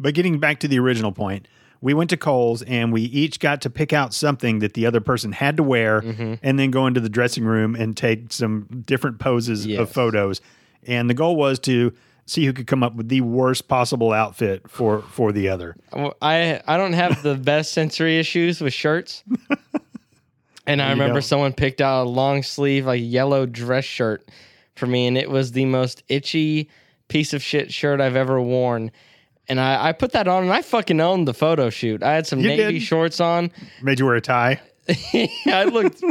S1: But getting back to the original point. We went to Kohl's and we each got to pick out something that the other person had to wear
S2: Mm-hmm.
S1: and then go into the dressing room and take some different poses of
S2: Yes.
S1: photos. And the goal was to see who could come up with the worst possible outfit for for the other.
S2: Well, I I don't have the best sensory issues with shirts. And I remember
S1: don't.
S2: someone picked out a long sleeve like yellow dress shirt for me and it was the most itchy piece of shit shirt I've ever worn. And I, I put that on and I fucking owned the photo shoot. I had some
S1: You
S2: navy
S1: did.
S2: shorts on.
S1: Made you wear a tie.
S2: I looked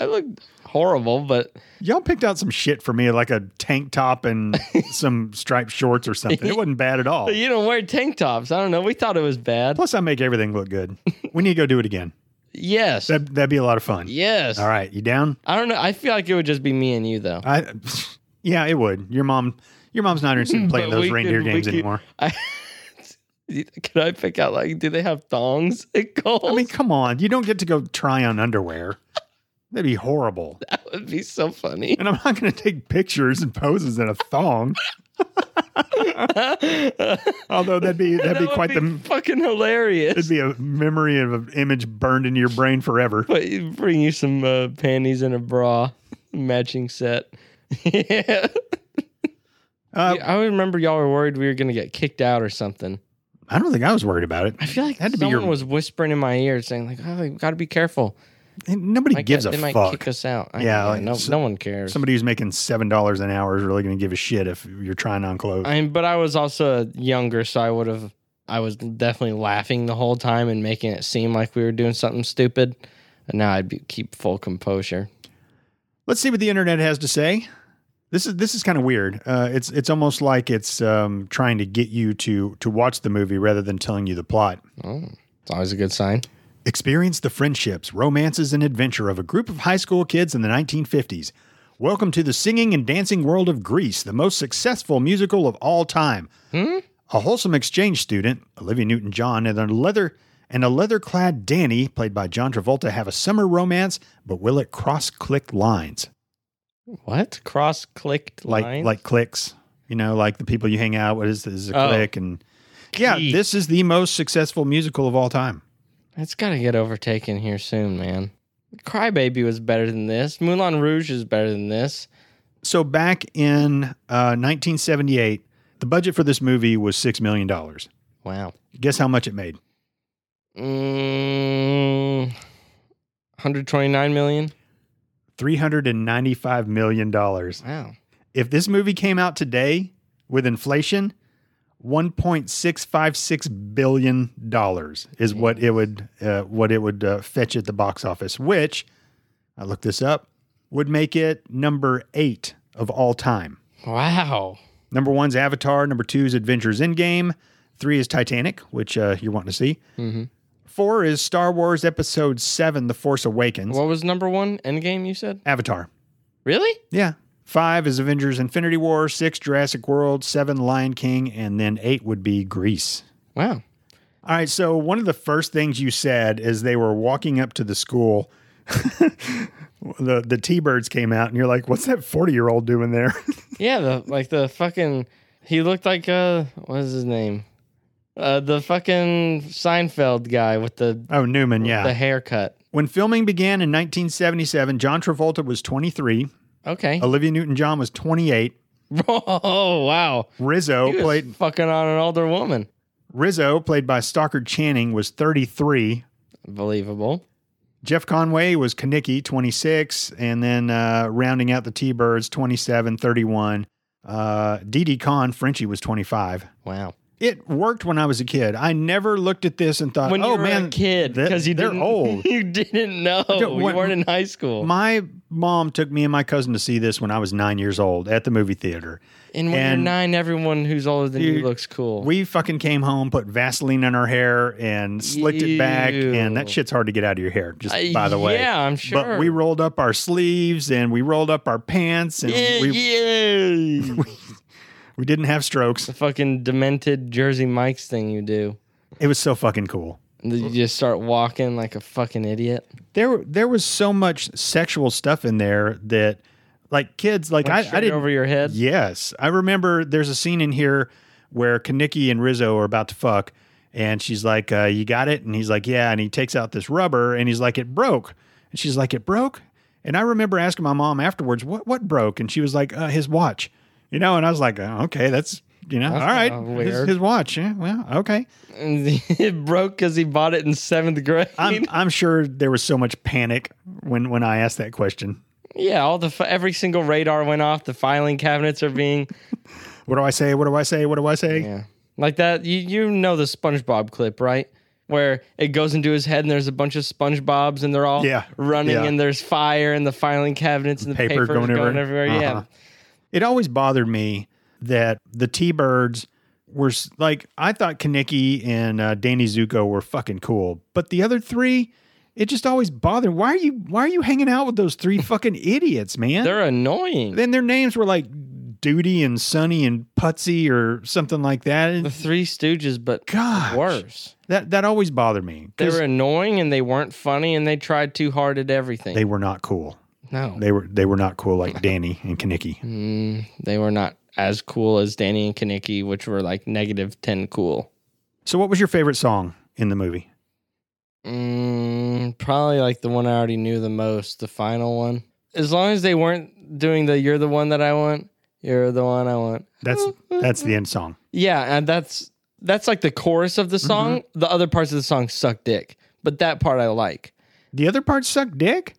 S2: I looked horrible, but
S1: Y'all picked out some shit for me, like a tank top and some striped shorts or something. It wasn't bad at all.
S2: you don't wear tank tops. I don't know. We thought it was bad.
S1: Plus, I make everything look good. We need to go do it again.
S2: Yes.
S1: That, that'd be a lot of fun.
S2: Yes.
S1: All right, you down?
S2: I don't know. I feel like it would just be me and you though.
S1: I, yeah, it would. Your mom, your mom's not interested in playing
S2: But
S1: those
S2: we
S1: reindeer
S2: could- we
S1: games
S2: could-
S1: anymore.
S2: Can I pick out like do they have thongs at Kohl's?
S1: I mean, come on, you don't get to go try on underwear. That'd be horrible.
S2: that would be so funny.
S1: And I'm not going to take pictures and poses in a thong. Although that'd be that'd
S2: That
S1: be
S2: would
S1: quite the
S2: fucking hilarious.
S1: it'd be a memory of an image burned into your brain forever.
S2: but you bring you some uh, panties and a bra, matching set. yeah.
S1: Uh,
S2: I remember y'all were worried we were gonna get kicked out or something.
S1: I don't think I was worried about it.
S2: I feel like
S1: Had to be
S2: someone
S1: your-
S2: was whispering in my ear saying like, "Oh, you got to be careful.
S1: Nobody
S2: Might
S1: gives
S2: get- they
S1: a
S2: might
S1: fuck.
S2: kick us out." I-
S1: Yeah, like,
S2: no,
S1: so-
S2: no one cares.
S1: Somebody who's making seven dollars an hour is really going to give a shit if you're trying on clothes.
S2: I mean, but I was also younger, so I would have. I was definitely laughing the whole time and making it seem like we were doing something stupid. And now I'd be, keep full composure.
S1: Let's see what the internet has to say. This is this is kind of weird. Uh, it's it's almost like it's um, trying to get you to to watch the movie rather than telling you the plot.
S2: It's always a good sign.
S1: Experience the friendships, romances, and adventure of a group of high school kids in the 1950s. Welcome to the singing and dancing world of Grease, the most successful musical of all time.
S2: Hmm?
S1: A wholesome exchange student, Olivia Newton John, and a leather and a leather clad Danny, played by John Travolta, have a summer romance, but will it cross click lines?
S2: What cross clicked
S1: Like
S2: lines?
S1: like clicks. You know, like the people you hang out with is, is a
S2: Oh.
S1: click and yeah,
S2: Gee.
S1: this is the most successful musical of all time.
S2: it's got to get overtaken here soon, man. Crybaby was better than this. Moulin Rouge is better than this.
S1: So back in uh, 1978, the budget for this movie was $6 million.
S2: Wow.
S1: Guess how much it made?
S2: Mm, 129 million.
S1: $395 million.
S2: Wow.
S1: If this movie came out today with inflation, $1.656 billion is what it would uh, what it would uh, fetch at the box office, which I looked this up, would make it number 8 of all time.
S2: Wow.
S1: Number one's Avatar. Number two's Adventures in Game. Three is Titanic, which uh, you're wanting to see. Four is Star Wars Episode Seven: The Force Awakens.
S2: What was number one? Endgame, you said?
S1: Avatar.
S2: Really?
S1: Yeah. Five is Avengers: Infinity War. Six Jurassic World. Seven Lion King, and then eight would be Greece.
S2: Wow.
S1: All right. So one of the first things you said as they were walking up to the school. The the T birds came out and you're like, what's that forty year old doing there?
S2: Yeah, the like the fucking he looked like uh what is his name? Uh the fucking Seinfeld guy with the
S1: oh Newman, yeah.
S2: the haircut.
S1: When filming began in 1977, John Travolta was 23,
S2: Okay.
S1: Olivia Newton John was 28,
S2: Oh wow.
S1: Rizzo
S2: He was
S1: played
S2: fucking on an older woman.
S1: Rizzo played by Stockard Channing was 33,
S2: Believable.
S1: Jeff Conway was Kanicki 26, and then uh, rounding out the T-Birds 27, 31. Uh, Dee Dee Khan Frenchie was 25.
S2: Wow.
S1: It worked when I was a kid. I never looked at this and thought,
S2: When
S1: "Oh
S2: you were
S1: man,
S2: a kid,
S1: th-
S2: because you
S1: they're
S2: didn't,
S1: old."
S2: you didn't know, you
S1: when-
S2: weren't in high school.
S1: My mom took me and my cousin to see this when I was nine years old at the movie theater.
S2: and when
S1: and-
S2: you're nine, everyone who's older than
S1: Dude,
S2: you looks cool.
S1: We fucking came home, put Vaseline in our hair, and slicked it back.
S2: Ew.
S1: And that shit's hard to get out of your hair, just
S2: Uh,
S1: by the way.
S2: yeah, I'm sure.
S1: But we rolled up our sleeves and we rolled up our pants and
S2: yeah,
S1: we,
S2: yeah.
S1: we didn't have strokes.
S2: the fucking demented Jersey Mike's thing you do.
S1: It was so fucking cool.
S2: And then You just start walking like a fucking idiot.
S1: There there was so much sexual stuff in there that like kids like
S2: Like
S1: I, I
S2: straight
S1: didn't
S2: over your head.
S1: Yes. I remember there's a scene in here where Kaniki and Rizzo are about to fuck. And she's like, uh, You got it? And he's like, Yeah. And he takes out this rubber and he's like, It broke. And she's like, It broke? And I remember asking my mom afterwards, What, what broke? And she was like, uh, His watch. You know, and I was like, oh, Okay, that's, you know,
S2: That's
S1: all right.
S2: not
S1: His,
S2: weird.
S1: his watch. Yeah, well, okay.
S2: And it broke because he bought it in seventh grade.
S1: I'm, I'm sure there was so much panic when, when I asked that question.
S2: yeah, all the fi- every single radar went off. The filing cabinets are being
S1: What do I say? What do I say? What do I say?
S2: yeah like that. You you know the SpongeBob clip right? Where it goes into his head and there's a bunch of SpongeBobs and they're all
S1: Yeah,
S2: running
S1: yeah.
S2: and there's fire and the filing cabinets and the
S1: Paper
S2: paper
S1: going
S2: going, going
S1: everywhere.
S2: everywhere.
S1: Uh-huh. it always bothered me that the T-Birds were s- like I thought Kaneki and uh, Danny Zuko were fucking cool, but the other three, it just always bothered. Why are you Why are you hanging out with those three fucking idiots,
S2: Yeah,
S1: man?
S2: they're annoying.
S1: then their names were like Duty and Sunny and Putsy or something like that.
S2: the
S1: And
S2: Three Stooges, but
S1: Gosh.
S2: worse.
S1: that that always bothered me.
S2: They
S1: 'cause
S2: were annoying and they weren't funny and they tried too hard at everything.
S1: they were not cool.
S2: no,
S1: They were they were not cool like Danny and Kaneki.
S2: Mm, they were not as cool as Danny and Kaneki, which were like negative 10 cool.
S1: So, what was your favorite song in the movie?
S2: Mm, probably like the one I already knew the most, the final one. As long as they weren't doing the you're the one that I want, you're the one I want.
S1: That's that's the end song.
S2: Yeah, and that's that's like the chorus of the song. The other parts of the song suck dick, but that part I like.
S1: The other part sucked dick.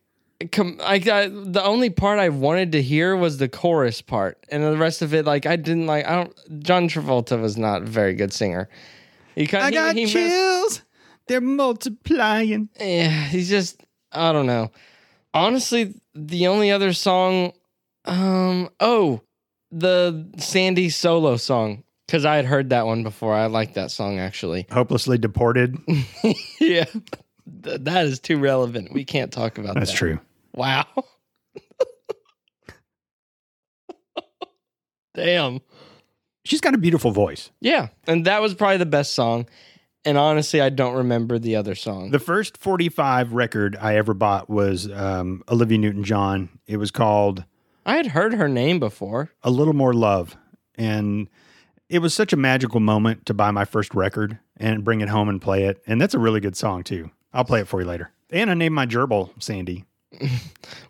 S2: com- I, I the only part I wanted to hear was the chorus part, and the rest of it, like I didn't like. I don't. John Travolta was not a very good singer. He kind
S1: I got
S2: he, he messed-
S1: chills. They're multiplying.
S2: yeah, he's just. I don't know. Honestly, the only other song, um, oh, the Sandy solo song, because I had heard that one before. I like that song actually.
S1: Hopelessly deported.
S2: yeah, Th- that is too relevant. We can't talk about
S1: That's
S2: that.
S1: true.
S2: Wow. Damn.
S1: She's got a beautiful voice.
S2: Yeah. And that was probably the best song. And honestly, I don't remember the other song.
S1: The first 45 record I ever bought was um, Olivia Newton John. It was called
S2: I had heard her name before.
S1: A Little More Love. And it was such a magical moment to buy my first record and bring it home and play it. And that's a really good song, too. I'll play it for you later. And I named my gerbil Sandy.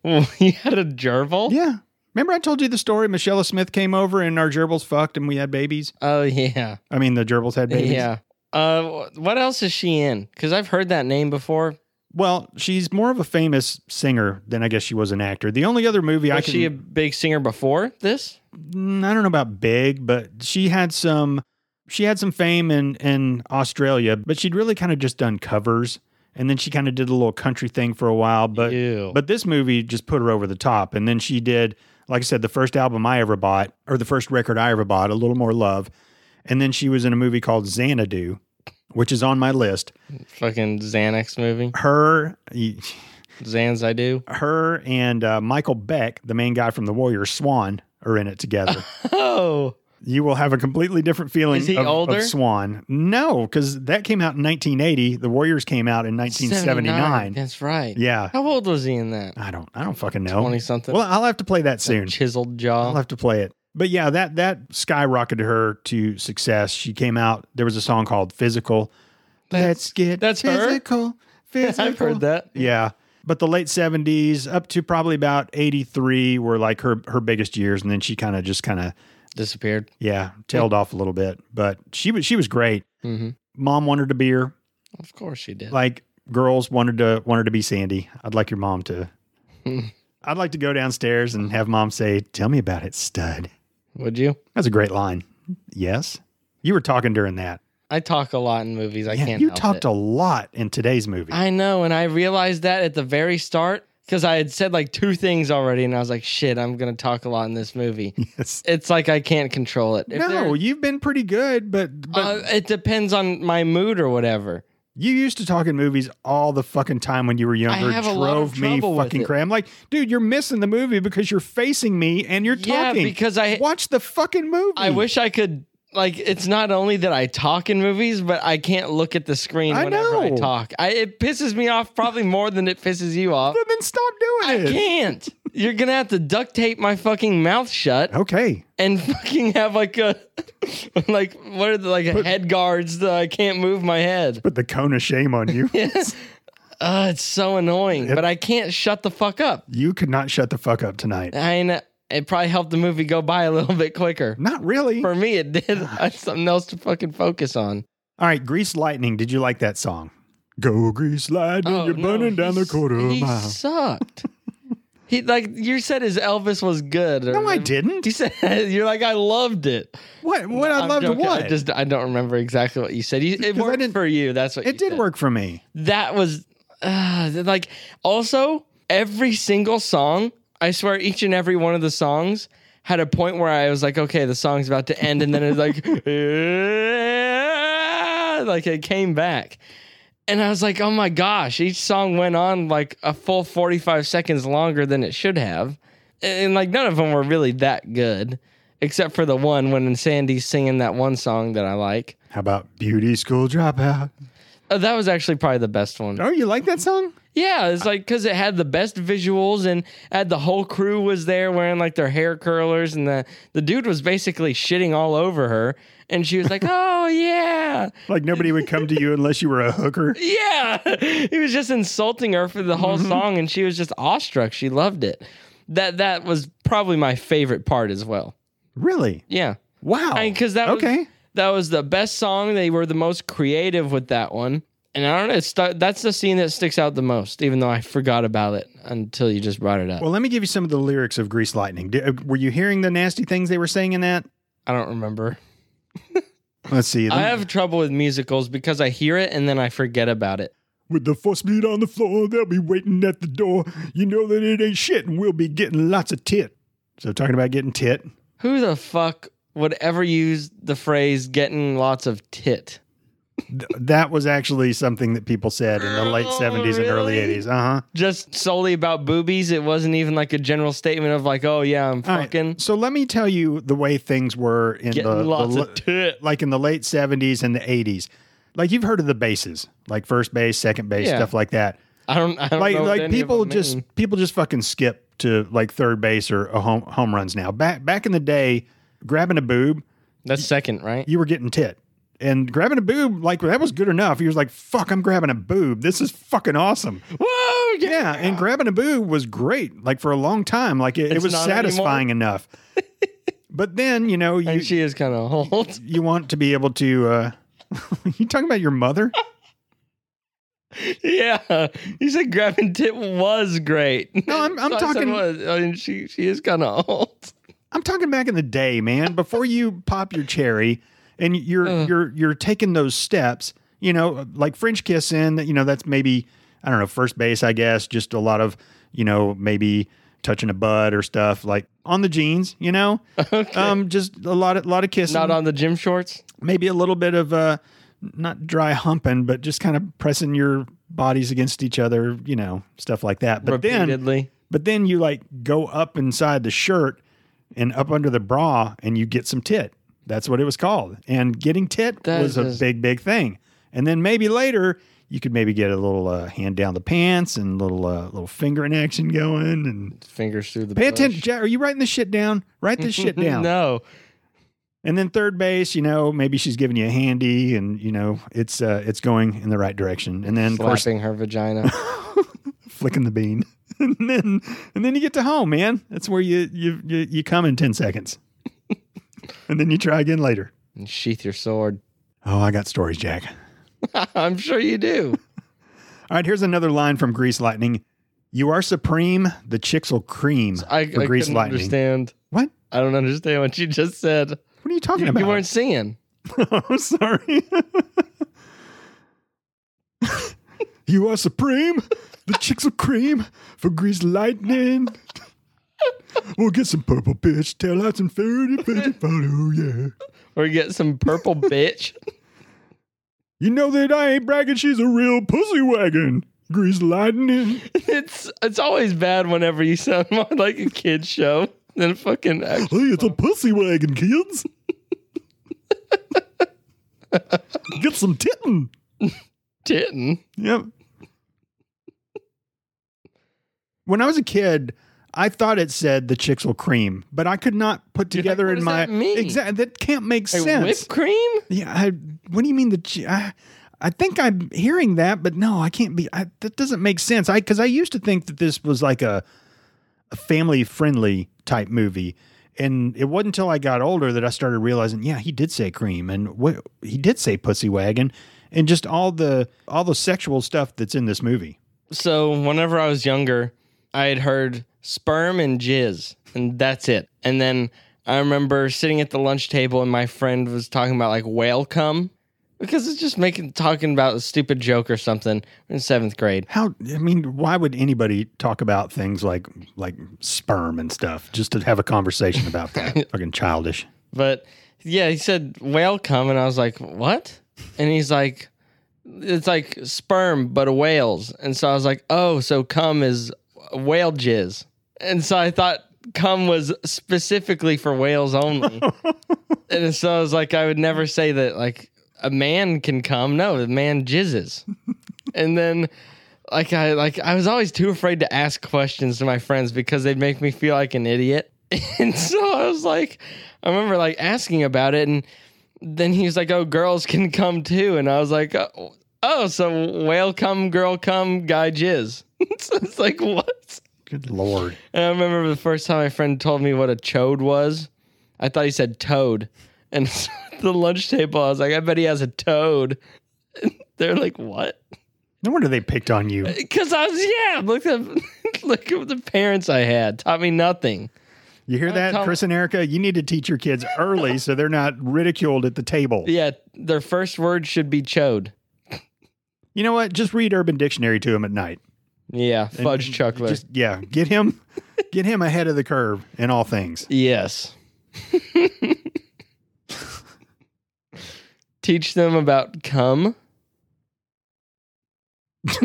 S2: Well, you had a gerbil?
S1: Yeah. Remember I told you the story? Michelle Smith came over and our gerbils fucked and we had babies.
S2: Oh, yeah.
S1: I mean, the gerbils had babies.
S2: Yeah. Uh, wh- what else is she in? Because I've heard that name before.
S1: Well, she's more of a famous singer than I guess she was an actor. The only other movie I
S2: Was
S1: can
S2: she a big singer before this?
S1: Mm, I don't know about big, but she had some she had some fame in in Australia, but she'd really kind of just done covers and then she kind of did a little country thing for a while, but
S2: Ew.
S1: but this movie just put her over the top and then she did like I said the first album I ever bought or the first record I ever bought, A Little More Love. And then she was in a movie called Xanadu, which is on my list.
S2: Fucking Xanax movie.
S1: Her
S2: Xans I do.
S1: her and uh, Michael Beck, the main guy from The Warrior Swan, are in it together.
S2: Oh.
S1: you will have a completely different feeling
S2: Is he
S1: of, of
S2: older?
S1: Swan. No, because that came out in 1980. The Warriors came out in 1979.
S2: That's right.
S1: Yeah, Oh.
S2: How old was he in that?
S1: I don't, I don't fucking know.
S2: 20 something.
S1: Well, I'll have to play that soon.
S2: Chiseled
S1: I'll
S2: jaw.
S1: have to play it. But yeah, that that skyrocketed her to success. She came out. There was a song called "Physical."
S2: That's-
S1: Let's get
S2: that's her?
S1: physical. Physical.
S2: I've heard that.
S1: Yeah. But the late 70s up to probably about 83 were like her her biggest years and then she kind of just kind of
S2: Disappeared.
S1: yeah, tailed off a little bit, but she was she was great.
S2: hmm
S1: Mom wanted to be her.
S2: Of course she did.
S1: Like girls wanted to wanted to be Sandy. I'd like your mom to I'd like to go downstairs and have mom say, "Tell me about it, stud."
S2: Would you?
S1: That's a great line. Yes. You were talking during that.
S2: I talk a lot in movies. I
S1: Yeah,
S2: can't.
S1: you
S2: help
S1: talked
S2: it.
S1: a lot in today's movie.
S2: I know, and I realized that at the very start because I had said like two things already, and I was like, "Shit, I'm gonna talk a lot in this movie."
S1: yes.
S2: It's like I can't control it. If
S1: No,
S2: there-
S1: you've been pretty good, but but
S2: uh, it depends on my mood or whatever.
S1: You used to talk in movies all the fucking time when you were younger.
S2: have a
S1: drove
S2: lot of
S1: me
S2: trouble with
S1: fucking
S2: it.
S1: crazy. I'm like, dude, you're missing the movie because you're facing me and you're
S2: Yeah,
S1: talking.
S2: because I-
S1: watch the fucking movie.
S2: I wish I could. Like, it's not only that I talk in movies, but I can't look at the screen
S1: I
S2: whenever I
S1: know.
S2: talk. I, it pisses me off probably more than it pisses you off.
S1: But then stop
S2: I
S1: doing it.
S2: can't. You're gonna have to duct tape my fucking mouth shut.
S1: Okay.
S2: and fucking have like a like what are the like head guards that I can't move my head.
S1: Put the cone of shame on you.
S2: Uh, it's so annoying, but I can't shut the fuck up.
S1: you could not shut the fuck up tonight.
S2: I know it probably helped the movie go by a little bit quicker.
S1: Not really.
S2: For me, it did. I had something else to fucking focus on.
S1: all right, Grease Lightning. Did you like that song? Go Grease Lightning,
S2: Oh,
S1: you're
S2: no,
S1: burning down
S2: he
S1: the
S2: s-
S1: quarter
S2: he
S1: mile.
S2: sucked. he like you said his Elvis was good. or-
S1: No, I didn't.
S2: You said you're like I loved it.
S1: What? What? I
S2: I'm
S1: loved
S2: joking.
S1: what?
S2: I just I don't remember exactly what you said. You, it
S1: 'Cause I
S2: worked
S1: didn't-
S2: for you. That's what
S1: it
S2: you
S1: did
S2: said.
S1: work for me.
S2: that was uh, like also every single song i swear each and every one of the songs had a point where i was like okay the song's about to end and then it was like like it came back and i was like oh my gosh each song went on like a full 45 seconds longer than it should have and like none of them were really that good except for the one when sandy's singing that one song that i like
S1: How about Beauty School Dropout?
S2: Uh, that was actually probably the best one
S1: Oh, you like that song?
S2: Yeah, it's like because it had the best visuals and had the whole crew was there wearing like their hair curlers and the the dude was basically shitting all over her and she was like, "Oh yeah,
S1: Like nobody would come to you unless you were a hooker.
S2: yeah." He was just insulting her for the whole song and she was just awestruck. She loved it. That that was probably my favorite part as well.
S1: Really?
S2: Yeah,
S1: Wow.
S2: because that was-
S1: Oh, okay.
S2: that was the best song. They were the most creative with that one. And I don't know. It's that's the scene that sticks out the most, even though I forgot about it until you just brought it up.
S1: well, let me give you some of the lyrics of Grease Lightning. Di- uh, were you hearing the nasty things they were saying in that?
S2: I don't remember.
S1: Let's see.
S2: I have trouble with musicals because I hear it and then I forget about it.
S1: With the force meat on the floor, they'll be waiting at the door. You know that it ain't shit, and we'll be getting lots of tit. So talking about getting tit.
S2: Who the fuck would ever use the phrase getting lots of tit?
S1: Th- that was actually something that people said in the late
S2: Oh,
S1: 70s and early
S2: really?
S1: 80s. Uh-huh.
S2: Just solely about boobies. It wasn't even like a general statement of like, oh yeah, I'm
S1: All right,
S2: fucking
S1: So let me tell you the way things were in the,
S2: getting
S1: the
S2: lots
S1: le-
S2: of tit.
S1: like in the late 70s and the 80s. Like you've heard of the bases, like first base, second base,
S2: Yeah.
S1: stuff like that.
S2: I don't, I don't
S1: like
S2: know. what
S1: like
S2: any of
S1: people
S2: them
S1: just
S2: mean.
S1: people just fucking skip to like third base or a home home runs now. Back back in the day, grabbing a boob,
S2: that's second, right?
S1: you were getting tit. And grabbing a boob, like that was good enough. He was like, fuck, I'm grabbing a boob. This is fucking awesome.
S2: Whoa! Yeah.
S1: Yeah, and grabbing a boob was great. Like for a long time, like it, it
S2: It's
S1: was
S2: not
S1: satisfying enough. but then you know you
S2: And she is kind of old.
S1: you want to be able to. uh You talking about your mother?
S2: yeah. You said grabbing tit was great.
S1: No, I'm- I'm
S2: So I said
S1: talking-
S2: was. I mean, she she is kind of old.
S1: I'm talking back in the day, man. Before you pop your cherry and you're
S2: Ugh.
S1: you're you're taking those steps, you know, like French kiss in, you know, that's maybe I don't know, first base, I guess, just a lot of, you know, maybe touching a bud or stuff like on the jeans, you know? Um just a lot of lot of kissing.
S2: Not on the gym shorts.
S1: maybe a little bit of uh not dry humping, but just kind of pressing your bodies against each other, you know, stuff like that. But then
S2: repeatedly.
S1: but then you like go up inside the shirt and up under the bra and you get some tit. That's what it was called. And getting tit
S2: That
S1: was a
S2: is-
S1: big, big thing. And then maybe later you could maybe get a little uh, hand down the pants and little uh, little fingering action going. And
S2: fingers through the
S1: pay
S2: bush.
S1: attention. Jack, are you writing this shit down? Write this shit down.
S2: no.
S1: And then third base, you know, maybe she's giving you a handy, and you know it's uh, it's going in the right direction. And then of course
S2: Slapping her vagina.
S1: flicking the bean. and then and then you get to home, man. That's where you you you, you come in 10 seconds. and then you try again later.
S2: and sheath your sword.
S1: Oh, I got stories, Jack.
S2: I'm sure you do.
S1: All right, here's another line from Grease Lightning. You are supreme, the chicks will cream
S2: I, I
S1: for Grease
S2: couldn't
S1: Lightning.
S2: understand.
S1: What?
S2: I don't understand what you just said.
S1: What are you talking
S2: You,
S1: about?
S2: you weren't singing.
S1: I'm sorry. you are supreme. The chicks are cream for grease lightning. We'll get some purple bitch, tail lights and fairy fairy follow, yeah.
S2: Or you get some purple bitch.
S1: You know that I ain't bragging, she's a real pussy wagon. Grease lightning.
S2: It's it's always bad whenever you sound more like a kid show than fucking
S1: Hey,
S2: actual.
S1: it's a pussy wagon, kids. get some tittin'.
S2: tittin'.
S1: Yep. When I was a kid, I thought it said the chicks will cream, but I could not put
S2: You're like,
S1: together
S2: what
S1: in
S2: does
S1: my
S2: that mean?
S1: exactly that can't make
S2: Like
S1: sense.
S2: whipped cream?
S1: Yeah, I, what do you mean the? chi- I, I think I'm hearing that, but no, I can't be. I, that doesn't make sense. I because I used to think that this was like a, a family friendly type movie, and it wasn't until I got older that I started realizing, yeah, he did say cream, and what he did say pussy wagon, and just all the all the sexual stuff that's in this movie.
S2: So whenever I was younger, I had heard sperm and jizz, and that's it. And then I remember sitting at the lunch table, and my friend was talking about like whale cum because it's just making talking about a stupid joke or something in seventh grade.
S1: How I mean, why would anybody talk about things like like sperm and stuff just to have a conversation about that? Fucking childish.
S2: But yeah, he said whale cum, and I was like, what? And he's like, it's like sperm, but a whale's. And so I was like, oh, so cum is whale jizz. And so I thought cum was specifically for whales only. and so I was like, I would never say that like a man can come. No, a man jizzes. and then like I like I was always too afraid to ask questions to my friends because they'd make me feel like an idiot. And so I was like, I remember like asking about it, and then he was like, "Oh, girls can come too," and I was like, "Oh, oh so whale come, girl come, guy jizz." so it's like what?
S1: Good lord.
S2: And I remember the first time my friend told me what a chode was. I thought he said toad, and so at the lunch table I was like, "I bet he has a toad." And they're like, "What?"
S1: No wonder they picked on you.
S2: Because I was yeah, look at look at the parents I had taught me nothing.
S1: You hear that,
S2: tell-
S1: Chris and Erica? You need to teach your kids early so they're not ridiculed at the table.
S2: Yeah, their first word should be chode.
S1: You know what? Just read Urban Dictionary to him at night.
S2: Yeah, fudge chocolate.
S1: Just yeah, get him, get him ahead of the curve in all things.
S2: yes. Teach them about cum. I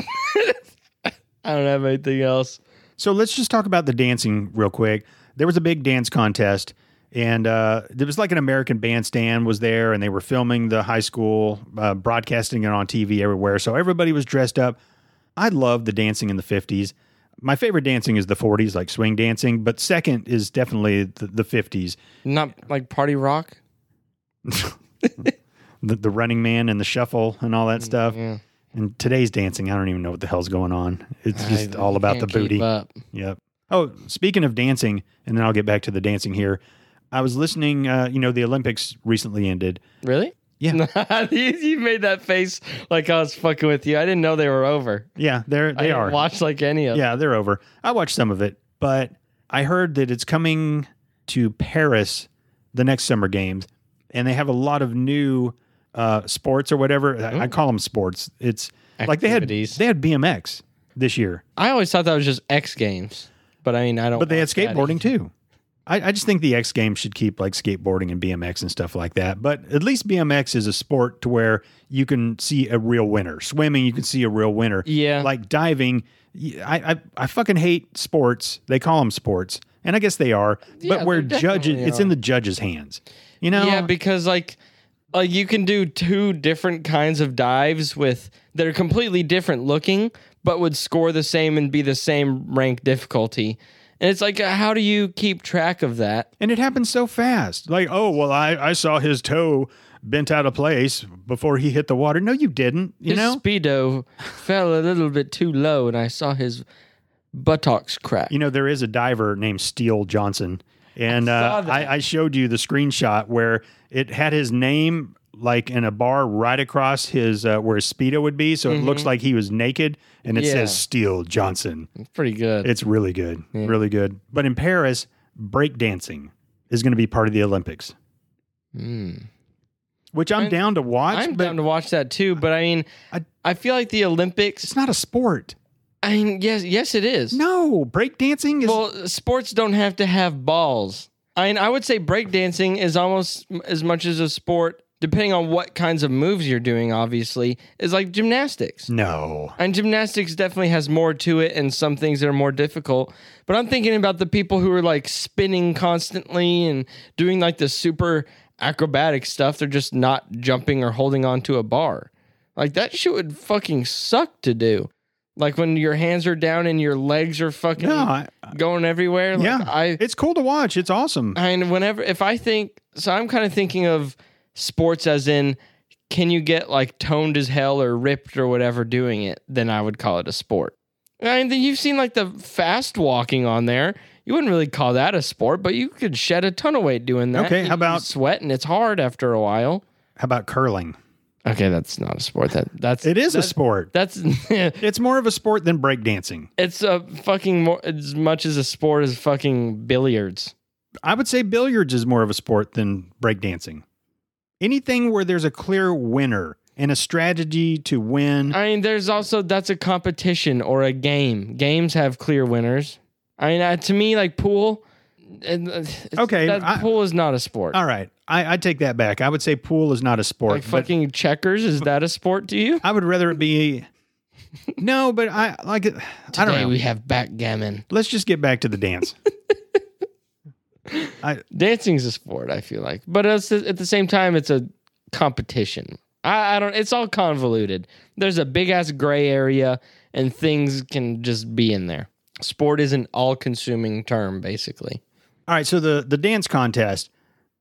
S2: don't have anything else.
S1: So let's just talk about the dancing real quick. There was a big dance contest, and uh, there was like an American bandstand was there, and they were filming the high school, uh, broadcasting it on TV everywhere. So everybody was dressed up. I love the dancing in the fifties. My favorite dancing is the forties, like swing dancing, but second is definitely the fifties.
S2: Not like party rock.
S1: the, the Running Man and the Shuffle and all that stuff.
S2: Mm, yeah.
S1: And today's dancing, I don't even know what the hell's going on. It's just
S2: I
S1: all about the
S2: can't
S1: booty.
S2: keep up.
S1: Yep. Oh, speaking of dancing, and then I'll get back to the dancing here. I was listening. Uh, you know, the Olympics recently ended.
S2: Really?
S1: Yeah.
S2: you, you made that face like I was fucking with you. I didn't know they were over.
S1: Yeah, they're
S2: I
S1: they
S2: didn't
S1: are.
S2: watch like any of.
S1: Yeah, they're over. I watched some of it, but I heard that it's coming to Paris the next summer games, and they have a lot of new uh, sports or whatever. I, I call them sports. It's like they had
S2: Activities.
S1: they had BMX this year,
S2: I always thought that was just X Games, but I mean I don't.
S1: but they had
S2: watch that
S1: skateboarding too. I, I just think the X Games should keep like skateboarding and BMX and stuff like that. But at least BMX is a sport to where you can see a real winner. Swimming, you can see a real winner.
S2: Yeah.
S1: Like diving, y- I I, I fucking hate sports. They call them sports, and I guess they are.
S2: Yeah,
S1: but we're
S2: they
S1: judges.
S2: definitely
S1: It's in the judges' hands. You know.
S2: Yeah, because like like you can do two different kinds of dives with that are completely different looking, but would score the same and be the same rank difficulty. And it's like, uh, how do you keep track of that?
S1: and it happens so fast. Like, oh well, I I saw his toe bent out of place before he hit the water. No, you didn't. You
S2: his
S1: know.
S2: speedo fell a little bit too low, and I saw his buttocks crack.
S1: you know there is a diver named Steele Johnson, and
S2: saw
S1: uh,
S2: that.
S1: I, I showed you the screenshot where it had his name like in a bar right across his uh, where his speedo would be, so it looks like he was naked, and it
S2: Mm-hmm. Yeah.
S1: says Steele Johnson.
S2: Pretty good.
S1: It's really good, really good. But in Paris, breakdancing is going to be part of the Olympics, which I'm down to watch.
S2: Hmm. I'm
S1: but
S2: down to watch that too, but I mean,
S1: I-
S2: I, feel like the Olympics.
S1: it's not a sport.
S2: I mean, yes, yes, it is.
S1: No, breakdancing is
S2: Well, sports don't have to have balls. I mean, I would say breakdancing is almost m- as much as a sport, depending on what kinds of moves you're doing, obviously, is like gymnastics.
S1: no.
S2: And gymnastics definitely has more to it and some things that are more difficult. But I'm thinking about the people who are like spinning constantly and doing like the super acrobatic stuff. They're just not jumping or holding onto a bar. Like that shit would fucking suck to do. Like when your hands are down and your legs are fucking
S1: No, I-
S2: going everywhere. Like
S1: yeah,
S2: I
S1: it's cool to watch. It's awesome.
S2: I mean, whenever if I think so, I'm kind of thinking of sports as in can you get like toned as hell or ripped or whatever doing it? Then I would call it a sport. I mean, you've seen like the fast walking on there. You wouldn't really call that a sport, but you could shed a ton of weight doing that.
S1: Okay,
S2: You-
S1: how about-
S2: you sweat and it's hard after a while?
S1: How about curling?
S2: Okay, that's not a sport. That that's
S1: It is a
S2: that-
S1: sport.
S2: That's
S1: It's more of a sport than breakdancing.
S2: it's a fucking more as much as a sport as fucking billiards.
S1: I would say billiards is more of a sport than breakdancing. Anything where there's a clear winner and a strategy to win.
S2: I mean, there's also that's a competition or a game. Games have clear winners. I mean, uh, to me, like pool. And, uh, it's-
S1: Okay,
S2: that
S1: I-
S2: pool is not a sport.
S1: All right, I, I take that back. I would say pool is not a sport.
S2: like
S1: but
S2: fucking checkers, is that a sport to you?
S1: I would rather it be. no, but I like. it- I
S2: Today
S1: don't know.
S2: we have backgammon.
S1: Let's just get back to the dance.
S2: Dancing's a sport. I feel like, but it's, at the same time, it's a competition. I, I don't. It's all convoluted. There's a big ass gray area, and things can just be in there. Sport is an all-consuming term, basically.
S1: All right, so the the dance contest.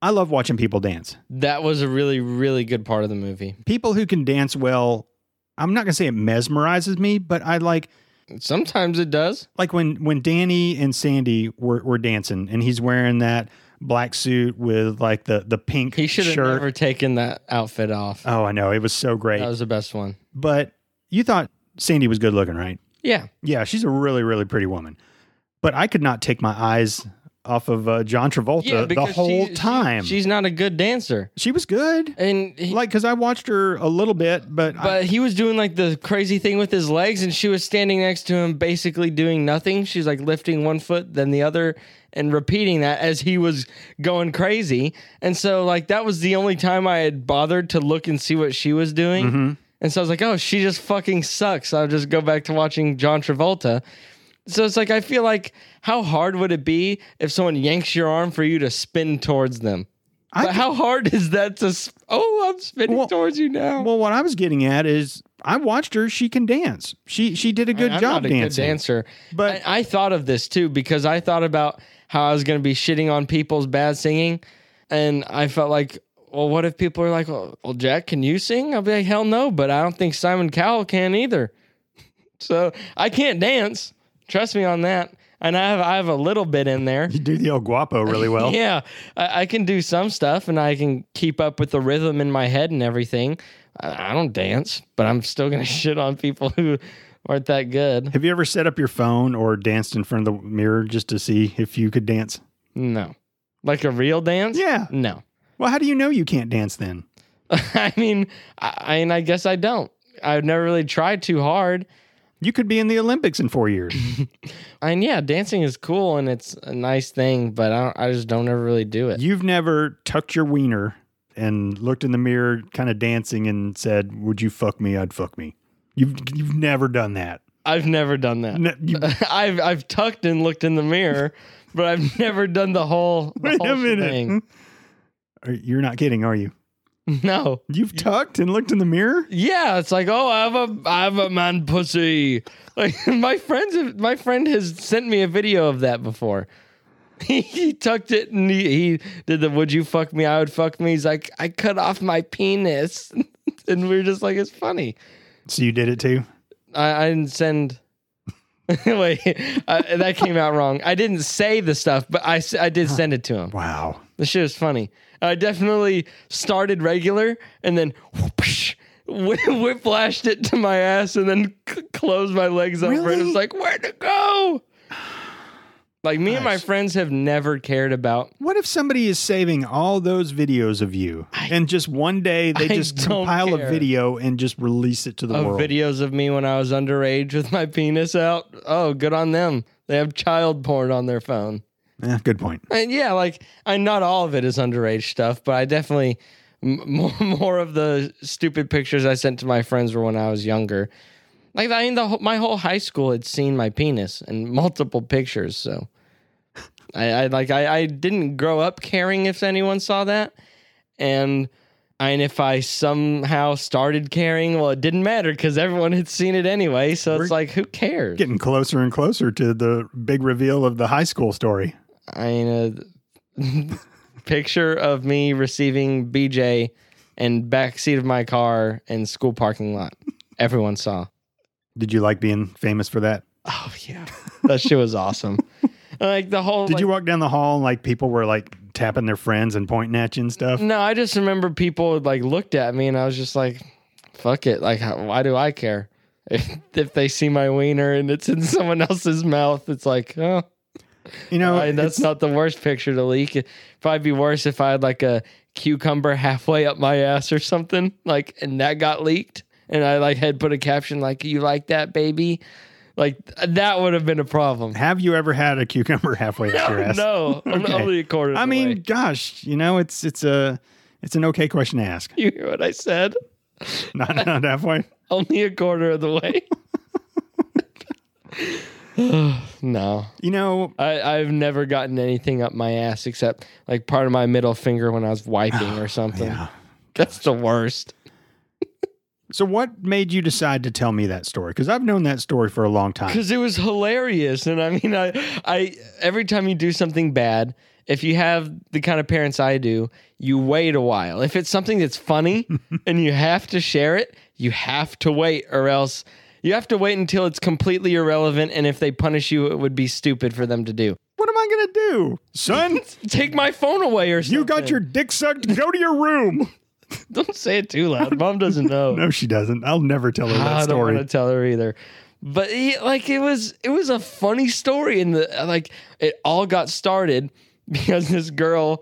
S1: I love watching people dance.
S2: That was a really, really good part of the movie.
S1: People who can dance well. I'm not gonna say it mesmerizes me, but I like
S2: Sometimes it does.
S1: like when when Danny and Sandy were, were dancing and he's wearing that black suit with like the the pink
S2: He should have
S1: shirt.
S2: never taken that outfit off.
S1: oh, I know it was so great.
S2: That was the best one.
S1: but you thought Sandy was good looking, right?
S2: Yeah.
S1: Yeah, she's a really really pretty woman. But I could not take my eyes off of uh, John Travolta
S2: Yeah,
S1: the
S2: because
S1: whole
S2: she- she-
S1: time. She,
S2: she's not a good dancer.
S1: was good,
S2: And he,
S1: like because I watched her a little bit, but, I-
S2: but he was doing like the crazy thing with his legs and she was standing next to him basically doing nothing. She's like lifting one foot then the other and repeating that as he was going crazy. And so like that was the only time I had bothered to look and see what she was doing.
S1: Mm-hmm.
S2: And so I was like, "Oh, she just fucking sucks." I'll just go back to watching John Travolta. So it's like I feel like how hard would it be if someone yanks your arm for you to spin towards them?
S1: I
S2: but how hard is that to? Sp- oh, I'm spinning
S1: Well-
S2: towards you now.
S1: well, what I was getting at is I watched her. She can dance. She she did a good
S2: I'm
S1: job
S2: not a
S1: dancing.
S2: good dancer.
S1: But-
S2: But I, I thought of this too because I thought about how I was going to be shitting on people's bad singing, and I felt like well, what if people are like, well, well, Jack, can you sing? I'll be like, hell no, but I don't think Simon Cowell can either. so I can't dance. Trust me on that. And I have I have a little bit in there.
S1: You do the El Guapo really well.
S2: Yeah, I, I can do some stuff, and I can keep up with the rhythm in my head and everything. I, I don't dance, but I'm still gonna shit on people who aren't that good.
S1: Have you ever set up your phone or danced in front of the mirror just to see if you could dance?
S2: No, like a real dance.
S1: Yeah.
S2: No.
S1: Well, how do you know you can't dance then?
S2: I mean, I, I mean, I guess I don't. I've never really tried too hard.
S1: You could be in the Olympics in four years.
S2: And yeah, dancing is cool and it's a nice thing, but I, don't, I just don't ever really do it.
S1: You've never tucked your wiener and looked in the mirror, kind of dancing, and said, "Would you fuck me? I'd fuck me." You've you've never done that.
S2: I've never done that.
S1: Ne- you-
S2: I've I've tucked and looked in the mirror, but I've never done the whole, the
S1: Wait
S2: whole
S1: a minute. Hmm?
S2: thing.
S1: Are- You're not kidding, are you?
S2: No.
S1: You've tucked and looked in the mirror.
S2: Yeah, it's like, oh, I have a I have a man pussy. Like my friends have, my friend has sent me a video of that before. He, he tucked it and he, he did the would you fuck me? I would fuck me. He's like, I cut off my penis. And we are just like, it's funny.
S1: So you did it too.
S2: I, I didn't send. Wait, I, that came out wrong. I didn't say the stuff, but I, s- I did send it to him.
S1: Wow.
S2: The shit was funny. I definitely started regular and then whoopsh, whi- whiplashed it to my ass and then c- closed my legs up. And it
S1: Really?
S2: was like, where'd it go? Like, me and my
S1: Nice.
S2: friends have never cared about.
S1: What if somebody is saving all those videos of you, and just one day they
S2: I
S1: just
S2: don't
S1: compile
S2: care.
S1: a video and just release it to the
S2: of
S1: world?
S2: uh, videos of me when I was underage with my penis out. Oh, good on them. They have child porn on their phone.
S1: Eh, good point.
S2: And yeah, like I not all of it is underage stuff, but I definitely m- more more of the stupid pictures I sent to my friends were when I was younger. Like I mean, the whole, my whole high school had seen my penis in multiple pictures, so I, I like I, I didn't grow up caring if anyone saw that, and and if I somehow started caring, well, it didn't matter because everyone had seen it anyway. So it's
S1: We're-
S2: like, who cares?
S1: Getting closer and closer to the big reveal of the high school story.
S2: I mean, a picture of me receiving BJ in backseat of my car in school parking lot. Everyone saw.
S1: Did you like being famous for that?
S2: Oh yeah, that shit was awesome. Like the whole.
S1: Did
S2: like-
S1: you walk down the hall and like people were like tapping their friends and pointing at you and stuff?
S2: No, I just remember people like looked at me and I was just like, "Fuck it!" Like, how- why do I care? If, if they see my wiener and it's in someone else's mouth, it's like, oh,
S1: You know,
S2: I mean, that's
S1: it's-
S2: not the worst picture to leak. It'd probably be worse if I had like a cucumber halfway up my ass or something, like, and that got leaked. And I like had put a caption like, "You like that, baby?" Like that would have been a problem.
S1: have you ever had a cucumber halfway up your ass?
S2: No, I'm
S1: Okay.
S2: only a quarter. of
S1: I
S2: the
S1: mean,
S2: way.
S1: gosh, you know, it's it's a it's an okay question to ask.
S2: you hear what I said?
S1: Not, not halfway.
S2: Only a quarter of the way. no,
S1: You know,
S2: I, I've never gotten anything up my ass except like part of my middle finger when I was wiping or something.
S1: yeah.
S2: That's the worst.
S1: So what made you decide to tell me that story? Because I've known that story for a long time.
S2: because it was hilarious and i mean i i every time you do something bad if you have the kind of parents i do you wait a while if it's something that's funny and you have to share it you have to wait or else you have to wait until it's completely irrelevant and if they punish you it would be stupid for them to do
S1: What am I gonna do, son?
S2: take my phone away or something
S1: You got your dick sucked. Go to your room.
S2: don't say it too loud mom doesn't know
S1: No, she doesn't. I'll never tell her
S2: I
S1: that
S2: don't want
S1: story.
S2: to tell her either. But he, like it was, it was a funny story, and the like it all got started because this girl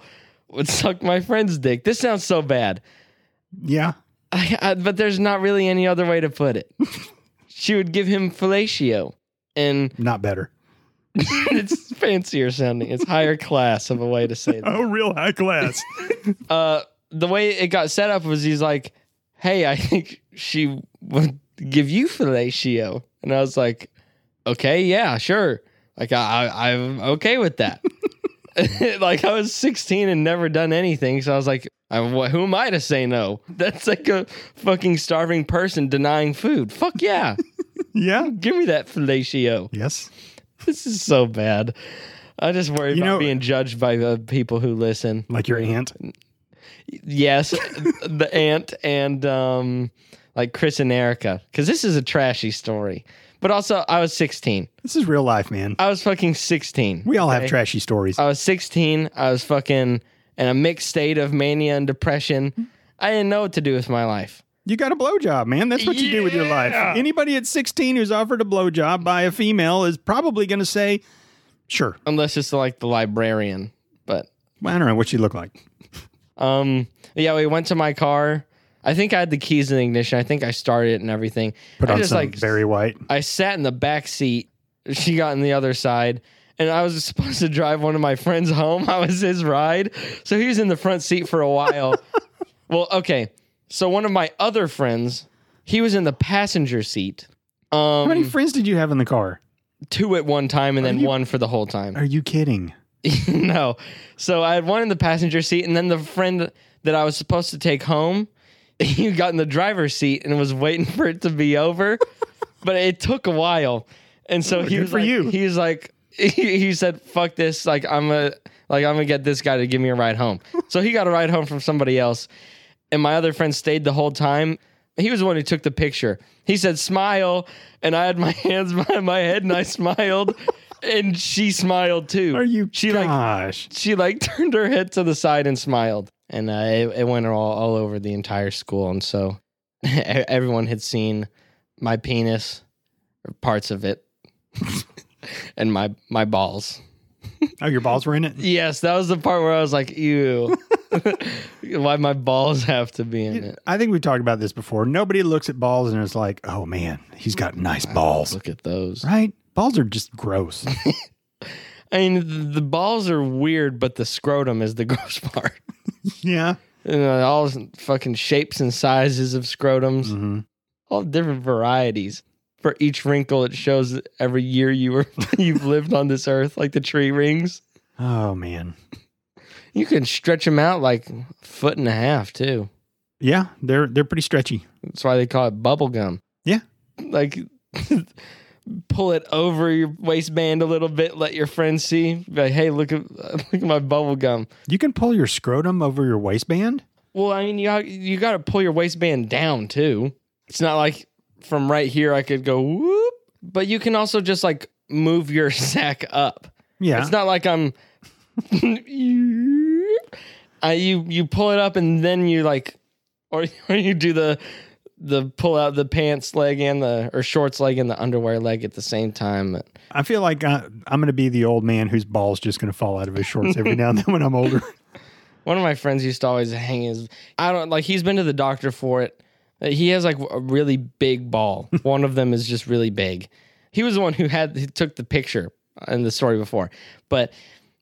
S2: would suck my friend's dick. This sounds so bad,
S1: Yeah.
S2: I, I, but there's not really any other way to put it. she would give him fellatio, and
S1: Not better.
S2: it's fancier sounding. It's higher class of a way to say that.
S1: Oh, real high class.
S2: uh, the way it got set up was he's like, "Hey, I think she would give you fellatio," and I was like, "Okay, yeah, sure. Like, I, I I'm okay with that." like, I was 16 and never done anything, so I was like, I, wh- "Who am I to say no?" That's like a fucking starving person denying food. Fuck yeah,
S1: yeah.
S2: give me that fellatio.
S1: Yes.
S2: This is so bad. I just worry
S1: You
S2: about
S1: know-
S2: being judged by the people who listen.
S1: Like your aunt.
S2: yes, the aunt and um, like Chris and Erica, because this is a trashy story. But also, I was 16.
S1: This is real life, man.
S2: I was fucking 16.
S1: We all have
S2: okay?
S1: trashy stories.
S2: I was 16. I was fucking in a mixed state of mania and depression. I didn't know what to do with my life.
S1: You got a blowjob, man. That's what you do with your life. Anybody at 16 who's offered a blowjob by a female is probably going to say, sure.
S2: Unless it's like the librarian. But
S1: Well, I don't know what she looked like.
S2: um yeah, we went to my car. I think I had the keys in the ignition. I think I started it and everything.
S1: Put
S2: I
S1: on
S2: just
S1: some
S2: like
S1: very white.
S2: I sat in the back seat. She got in the other side. And I was supposed to drive one of my friends home. I was his ride. So he was in the front seat for a while. well, okay. So one of my other friends, he was in the passenger seat.
S1: How many
S2: Um,
S1: friends did you have in the car?
S2: two at one time and then
S1: you-
S2: one for the whole time.
S1: Are you kidding?
S2: no. So I had one in the passenger seat, and then the friend that I was supposed to take home, he got in the driver's seat and was waiting for it to be over, but it took a while. And so he
S1: Oh, good
S2: was
S1: for
S2: like,
S1: you.
S2: he was like, he, he said, "Fuck this! Like I'm a, like I'm gonna get this guy to give me a ride home." so he got a ride home from somebody else, and my other friend stayed the whole time. He was the one who took the picture. He said, "Smile," and I had my hands behind my head, and I smiled, and she smiled too.
S1: Are you
S2: She like
S1: Gosh.
S2: she like turned her head to the side and smiled and uh, it, it went all, all over the entire school and so e- everyone had seen my penis or parts of it and my my balls
S1: oh, your balls were in it?
S2: yes that was the part where i was like ew why my balls have to be in it
S1: I think we've talked about this before. Nobody looks at balls and is like, oh, man, he's got nice balls.
S2: look at those
S1: Right? Balls are just gross.
S2: i mean the, the balls are weird but the scrotum is the gross part
S1: yeah.
S2: you know, all fucking shapes and sizes of scrotums
S1: hmm
S2: all different varieties. For each wrinkle, it shows every year you were you've lived on this earth, like the tree rings.
S1: Oh, man.
S2: You can stretch them out like a foot and a half too.
S1: Yeah, they're they're pretty stretchy.
S2: That's why they call it bubble gum.
S1: Yeah.
S2: like pull it over your waistband a little bit. Let your friends see. Be like, hey, look at look at my bubble gum.
S1: You can pull your scrotum over your waistband.
S2: Well, I mean, you you got to pull your waistband down too. It's not like from right here I could go whoop, but you can also just like move your sack up.
S1: Yeah,
S2: It's not like I'm. I, you you pull it up and then you like, or, or you do the the pull out the pants leg and the or shorts leg and the underwear leg at the same time.
S1: I feel like I, I'm going to be the old man whose balls just going to fall out of his shorts every now and then when I'm older.
S2: One of my friends used to always hang his. I don't like. He's been to the doctor for it. Uh, He has like a really big ball. one of them is just really big. He was the one who had who took the picture in the story before, but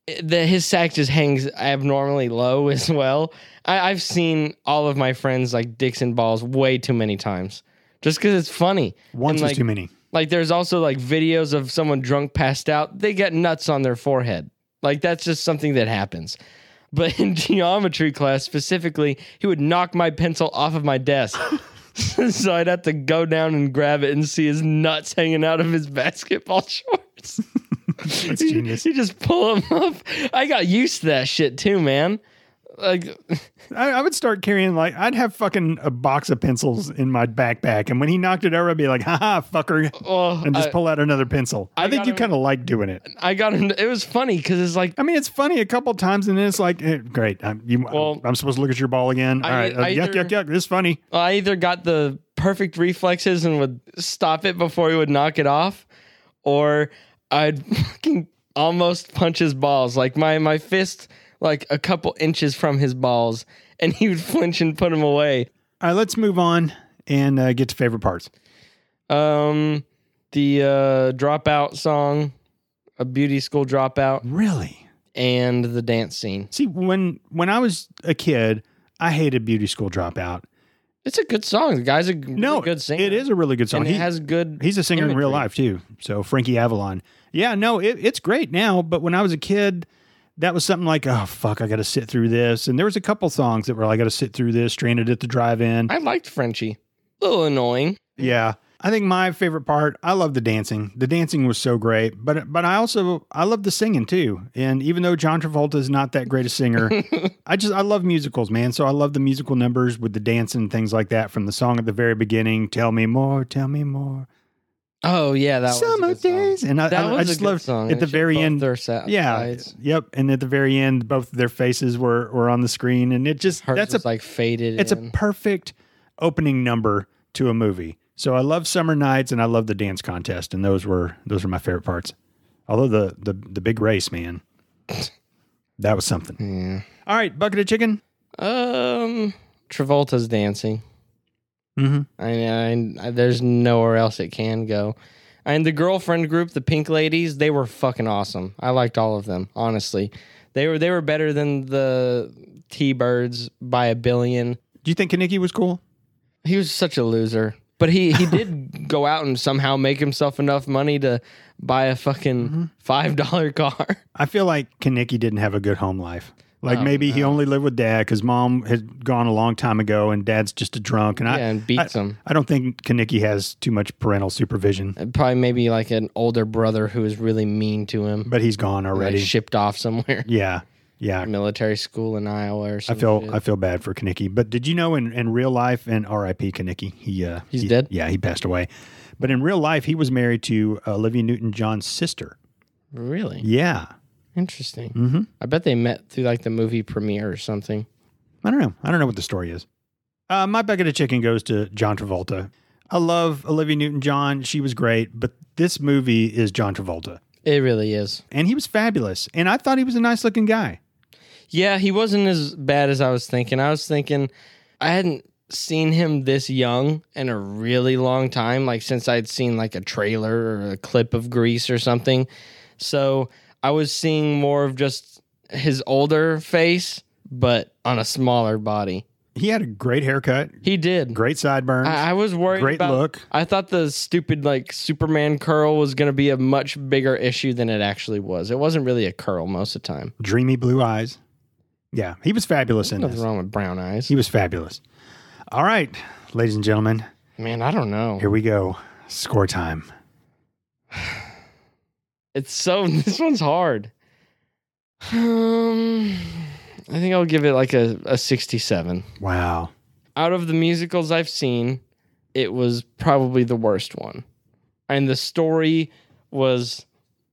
S2: eh, the, his sack just hangs abnormally low as well. I, I've seen all of my friends like dicks and balls way too many times, just because it's funny.
S1: Once is
S2: And, like,
S1: too many.
S2: like there's also like videos of someone drunk passed out. They get nuts on their forehead. Like that's just something that happens. But in geometry class specifically, he would knock my pencil off of my desk. so I'd have to go down and grab it and see his nuts hanging out of his basketball shorts.
S1: That's genius.
S2: You just pull them up. I got used to that shit too, man. Like
S1: I, I would start carrying like I'd have fucking a box of pencils in my backpack, and when he knocked it over, I'd be like, "Ha ha, fucker,"
S2: well,
S1: and just
S2: Oh, I-
S1: pull out another pencil. I,
S2: I
S1: think
S2: got
S1: you
S2: him-
S1: kind of like doing it.
S2: I got him. It was funny because it's like
S1: I mean, it's funny a couple times, and then it's like, eh, "Great, I'm, you,
S2: Well,
S1: I'm supposed to look at your ball again."
S2: I- e-
S1: All right, uh,
S2: I
S1: yuck,
S2: either-
S1: yuck, yuck. This is funny.
S2: I either got the perfect reflexes and would stop it before he would knock it off, or I'd fucking almost punch his balls. Like my my fist, like a couple inches from his balls, and he would flinch and put him away.
S1: All right, let's move on and uh, get to favorite parts.
S2: Um, the uh, dropout song, a beauty school dropout,
S1: Really.
S2: and the dance scene.
S1: See, when when I was a kid, I hated beauty school dropout.
S2: It's a good song. The guy's a g- really
S1: No,
S2: good singer.
S1: It is a really good song.
S2: and it
S1: He-
S2: has good.
S1: he's a singer in real
S2: imagery.
S1: life too. So Frankie Avalon. Yeah, no, it, it's great now. But when I was a kid, that was something like, oh fuck, I got to sit through this. And there was a couple songs that were like, I got to sit through this. Stranded at the drive-in.
S2: I liked Frenchie. A little annoying.
S1: yeah, I think my favorite part, I love the dancing. The dancing was so great, but but I also I love the singing too. And even though John Travolta is not that great a singer, I just I love musicals, man. So I love the musical numbers with the dance and things like that from the song at the very beginning, Tell Me More, Tell Me More.
S2: Oh yeah, that
S1: Summer
S2: was a good song.
S1: days. And I,
S2: That
S1: I,
S2: was
S1: I
S2: a
S1: just
S2: good
S1: love
S2: song.
S1: at the
S2: It showed
S1: very
S2: both
S1: end.
S2: Their sa-
S1: yeah.
S2: sides.
S1: Yep. And at the very end, both their faces were were on the screen. And it just
S2: Hers
S1: that's a
S2: was like faded.
S1: it's a
S2: in.
S1: perfect opening number to a movie. So I love summer nights and I love the dance contest, and those were those were my favorite parts. Although the the the big race, man, that was something. All right, bucket of chicken.
S2: um Travolta's dancing.
S1: Mhm.
S2: I mean, I, I- there's nowhere else it can go. And the girlfriend group, the Pink Ladies, they were fucking awesome. I liked all of them, honestly. They were they were better than the T Birds by a billion.
S1: Do you think Kaniki was cool?
S2: He was such a loser. But he, he did go out and somehow make himself enough money to buy a fucking
S1: Mm-hmm.
S2: five dollar car.
S1: I feel like Kaniki didn't have a good home life.
S2: Oh,
S1: Like maybe he only lived with dad because mom had gone a long time ago, and dad's just a drunk. And I
S2: Yeah, and beats
S1: I-
S2: him.
S1: I don't think Kaniki has too much parental supervision,
S2: Probably maybe like an older brother who was really mean to him.
S1: but he's gone
S2: Like,
S1: already.
S2: shipped off somewhere.
S1: yeah, yeah.
S2: military school in Iowa or
S1: I
S2: some
S1: feel
S2: shit.
S1: I feel bad for Kanicki. But did you know in, in real life and R.I.P. Kanicki, he uh,
S2: He's
S1: he-
S2: dead?
S1: Yeah, he passed away. But in real life, he was married to Olivia Newton John's sister.
S2: really
S1: Yeah, Mm-hmm.
S2: interesting. I bet they met through like the movie premiere or something.
S1: I don't know. I don't know what the story is. Uh, my bucket of chicken goes to John Travolta. I love Olivia Newton John. She was great, but this movie is John Travolta,
S2: It really is.
S1: and he was fabulous. And I thought he was a nice looking guy.
S2: Yeah, he wasn't as bad as I was thinking. I was thinking I hadn't seen him this young in a really long time, like since I'd seen like a trailer or a clip of Grease or something. So I was seeing more of just his older face, but on a smaller body.
S1: He had a great haircut,
S2: He did.
S1: great sideburns.
S2: I, I was worried.
S1: Great
S2: about,
S1: look.
S2: I thought the stupid like Superman curl was going to be a much bigger issue than it actually was. It wasn't really a curl most of the time.
S1: dreamy blue eyes. Yeah, he was fabulous in this.
S2: Nothing wrong with brown eyes.
S1: He was fabulous. All right, ladies and gentlemen,
S2: Man, I don't know.
S1: here we go. Score time.
S2: It's so this one's hard. Um, I think I'll give it like a, a sixty-seven.
S1: Wow.
S2: Out of the musicals I've seen, it was probably the worst one, and the story was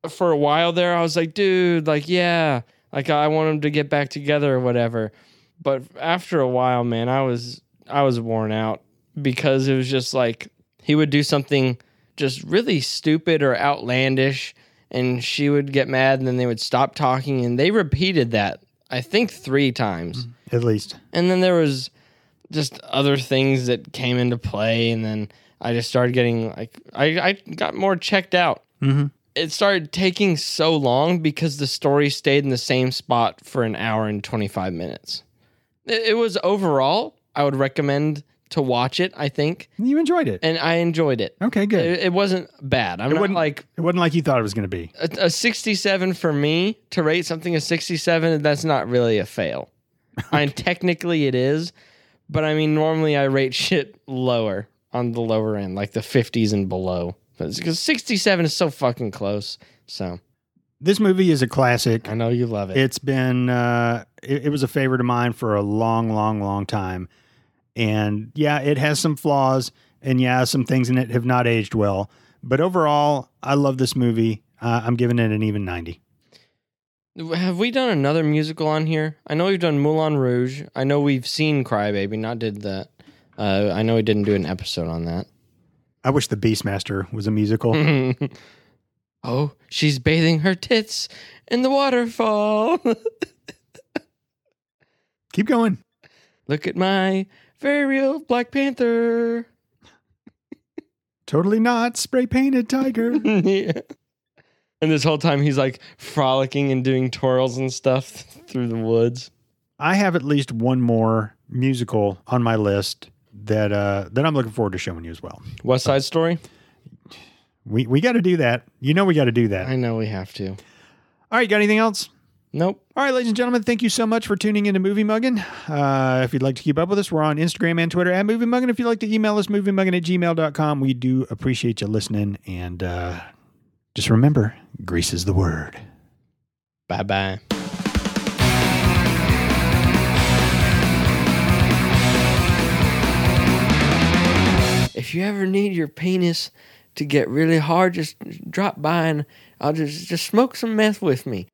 S2: for a while there. I was like, dude, like yeah, like I want them to get back together or whatever. But after a while, man, I was I was worn out because it was just like he would do something just really stupid or outlandish and she would get mad and then they would stop talking and they repeated that I think 3 times.
S1: At least.
S2: And then there was just other things that came into play and then I just started getting like I I got more checked out.
S1: Mhm.
S2: It started taking so long because the story stayed in the same spot for an hour and 25 minutes. It, it was overall, I would recommend to watch it, I think,
S1: You enjoyed it.
S2: and uh, I enjoyed it.
S1: Okay, good.
S2: It, it wasn't bad. I'm not
S1: wasn't-
S2: like
S1: It wasn't like you thought it was going to be.
S2: a, a 67 for me to rate something a 67 that's not really a fail i mean technically it is but i mean normally i rate shit lower on the lower end like the 50s and below because 67 is so fucking close so
S1: This movie is a classic.
S2: i know you love it,
S1: It's been, uh, it, it was a favorite of mine for a long, long, long time. And yeah, it has some flaws. And yeah, some things in it have not aged well. But overall, I love this movie. Uh, I'm giving it an even 90.
S2: have we done another musical on here i know we've done moulin rouge i know we've seen crybaby not did that uh, i know we didn't do an episode on that
S1: I wish The Beastmaster was a musical.
S2: oh, she's bathing her tits in the waterfall.
S1: Keep going.
S2: Look at my very real Black Panther.
S1: Totally not spray painted tiger.
S2: yeah. And this whole time he's like frolicking and doing twirls and stuff through the woods.
S1: I have at least one more musical on my list that uh, that I'm looking forward to showing you as well.
S2: West Side Story?
S1: We we got to do that. You know we got to do that.
S2: I know we have to.
S1: All right, got anything else?
S2: Nope.
S1: All right, ladies and gentlemen, thank you so much for tuning into Movie Muggin. Uh, if you'd like to keep up with us, we're on Instagram and Twitter at Movie Muggin. If you'd like to email us, moviemuggin at gmail.com. We do appreciate you listening. And uh, just remember, grease is the word.
S2: Bye bye. If you ever need your penis to get really hard, just drop by and I'll just just smoke some meth with me.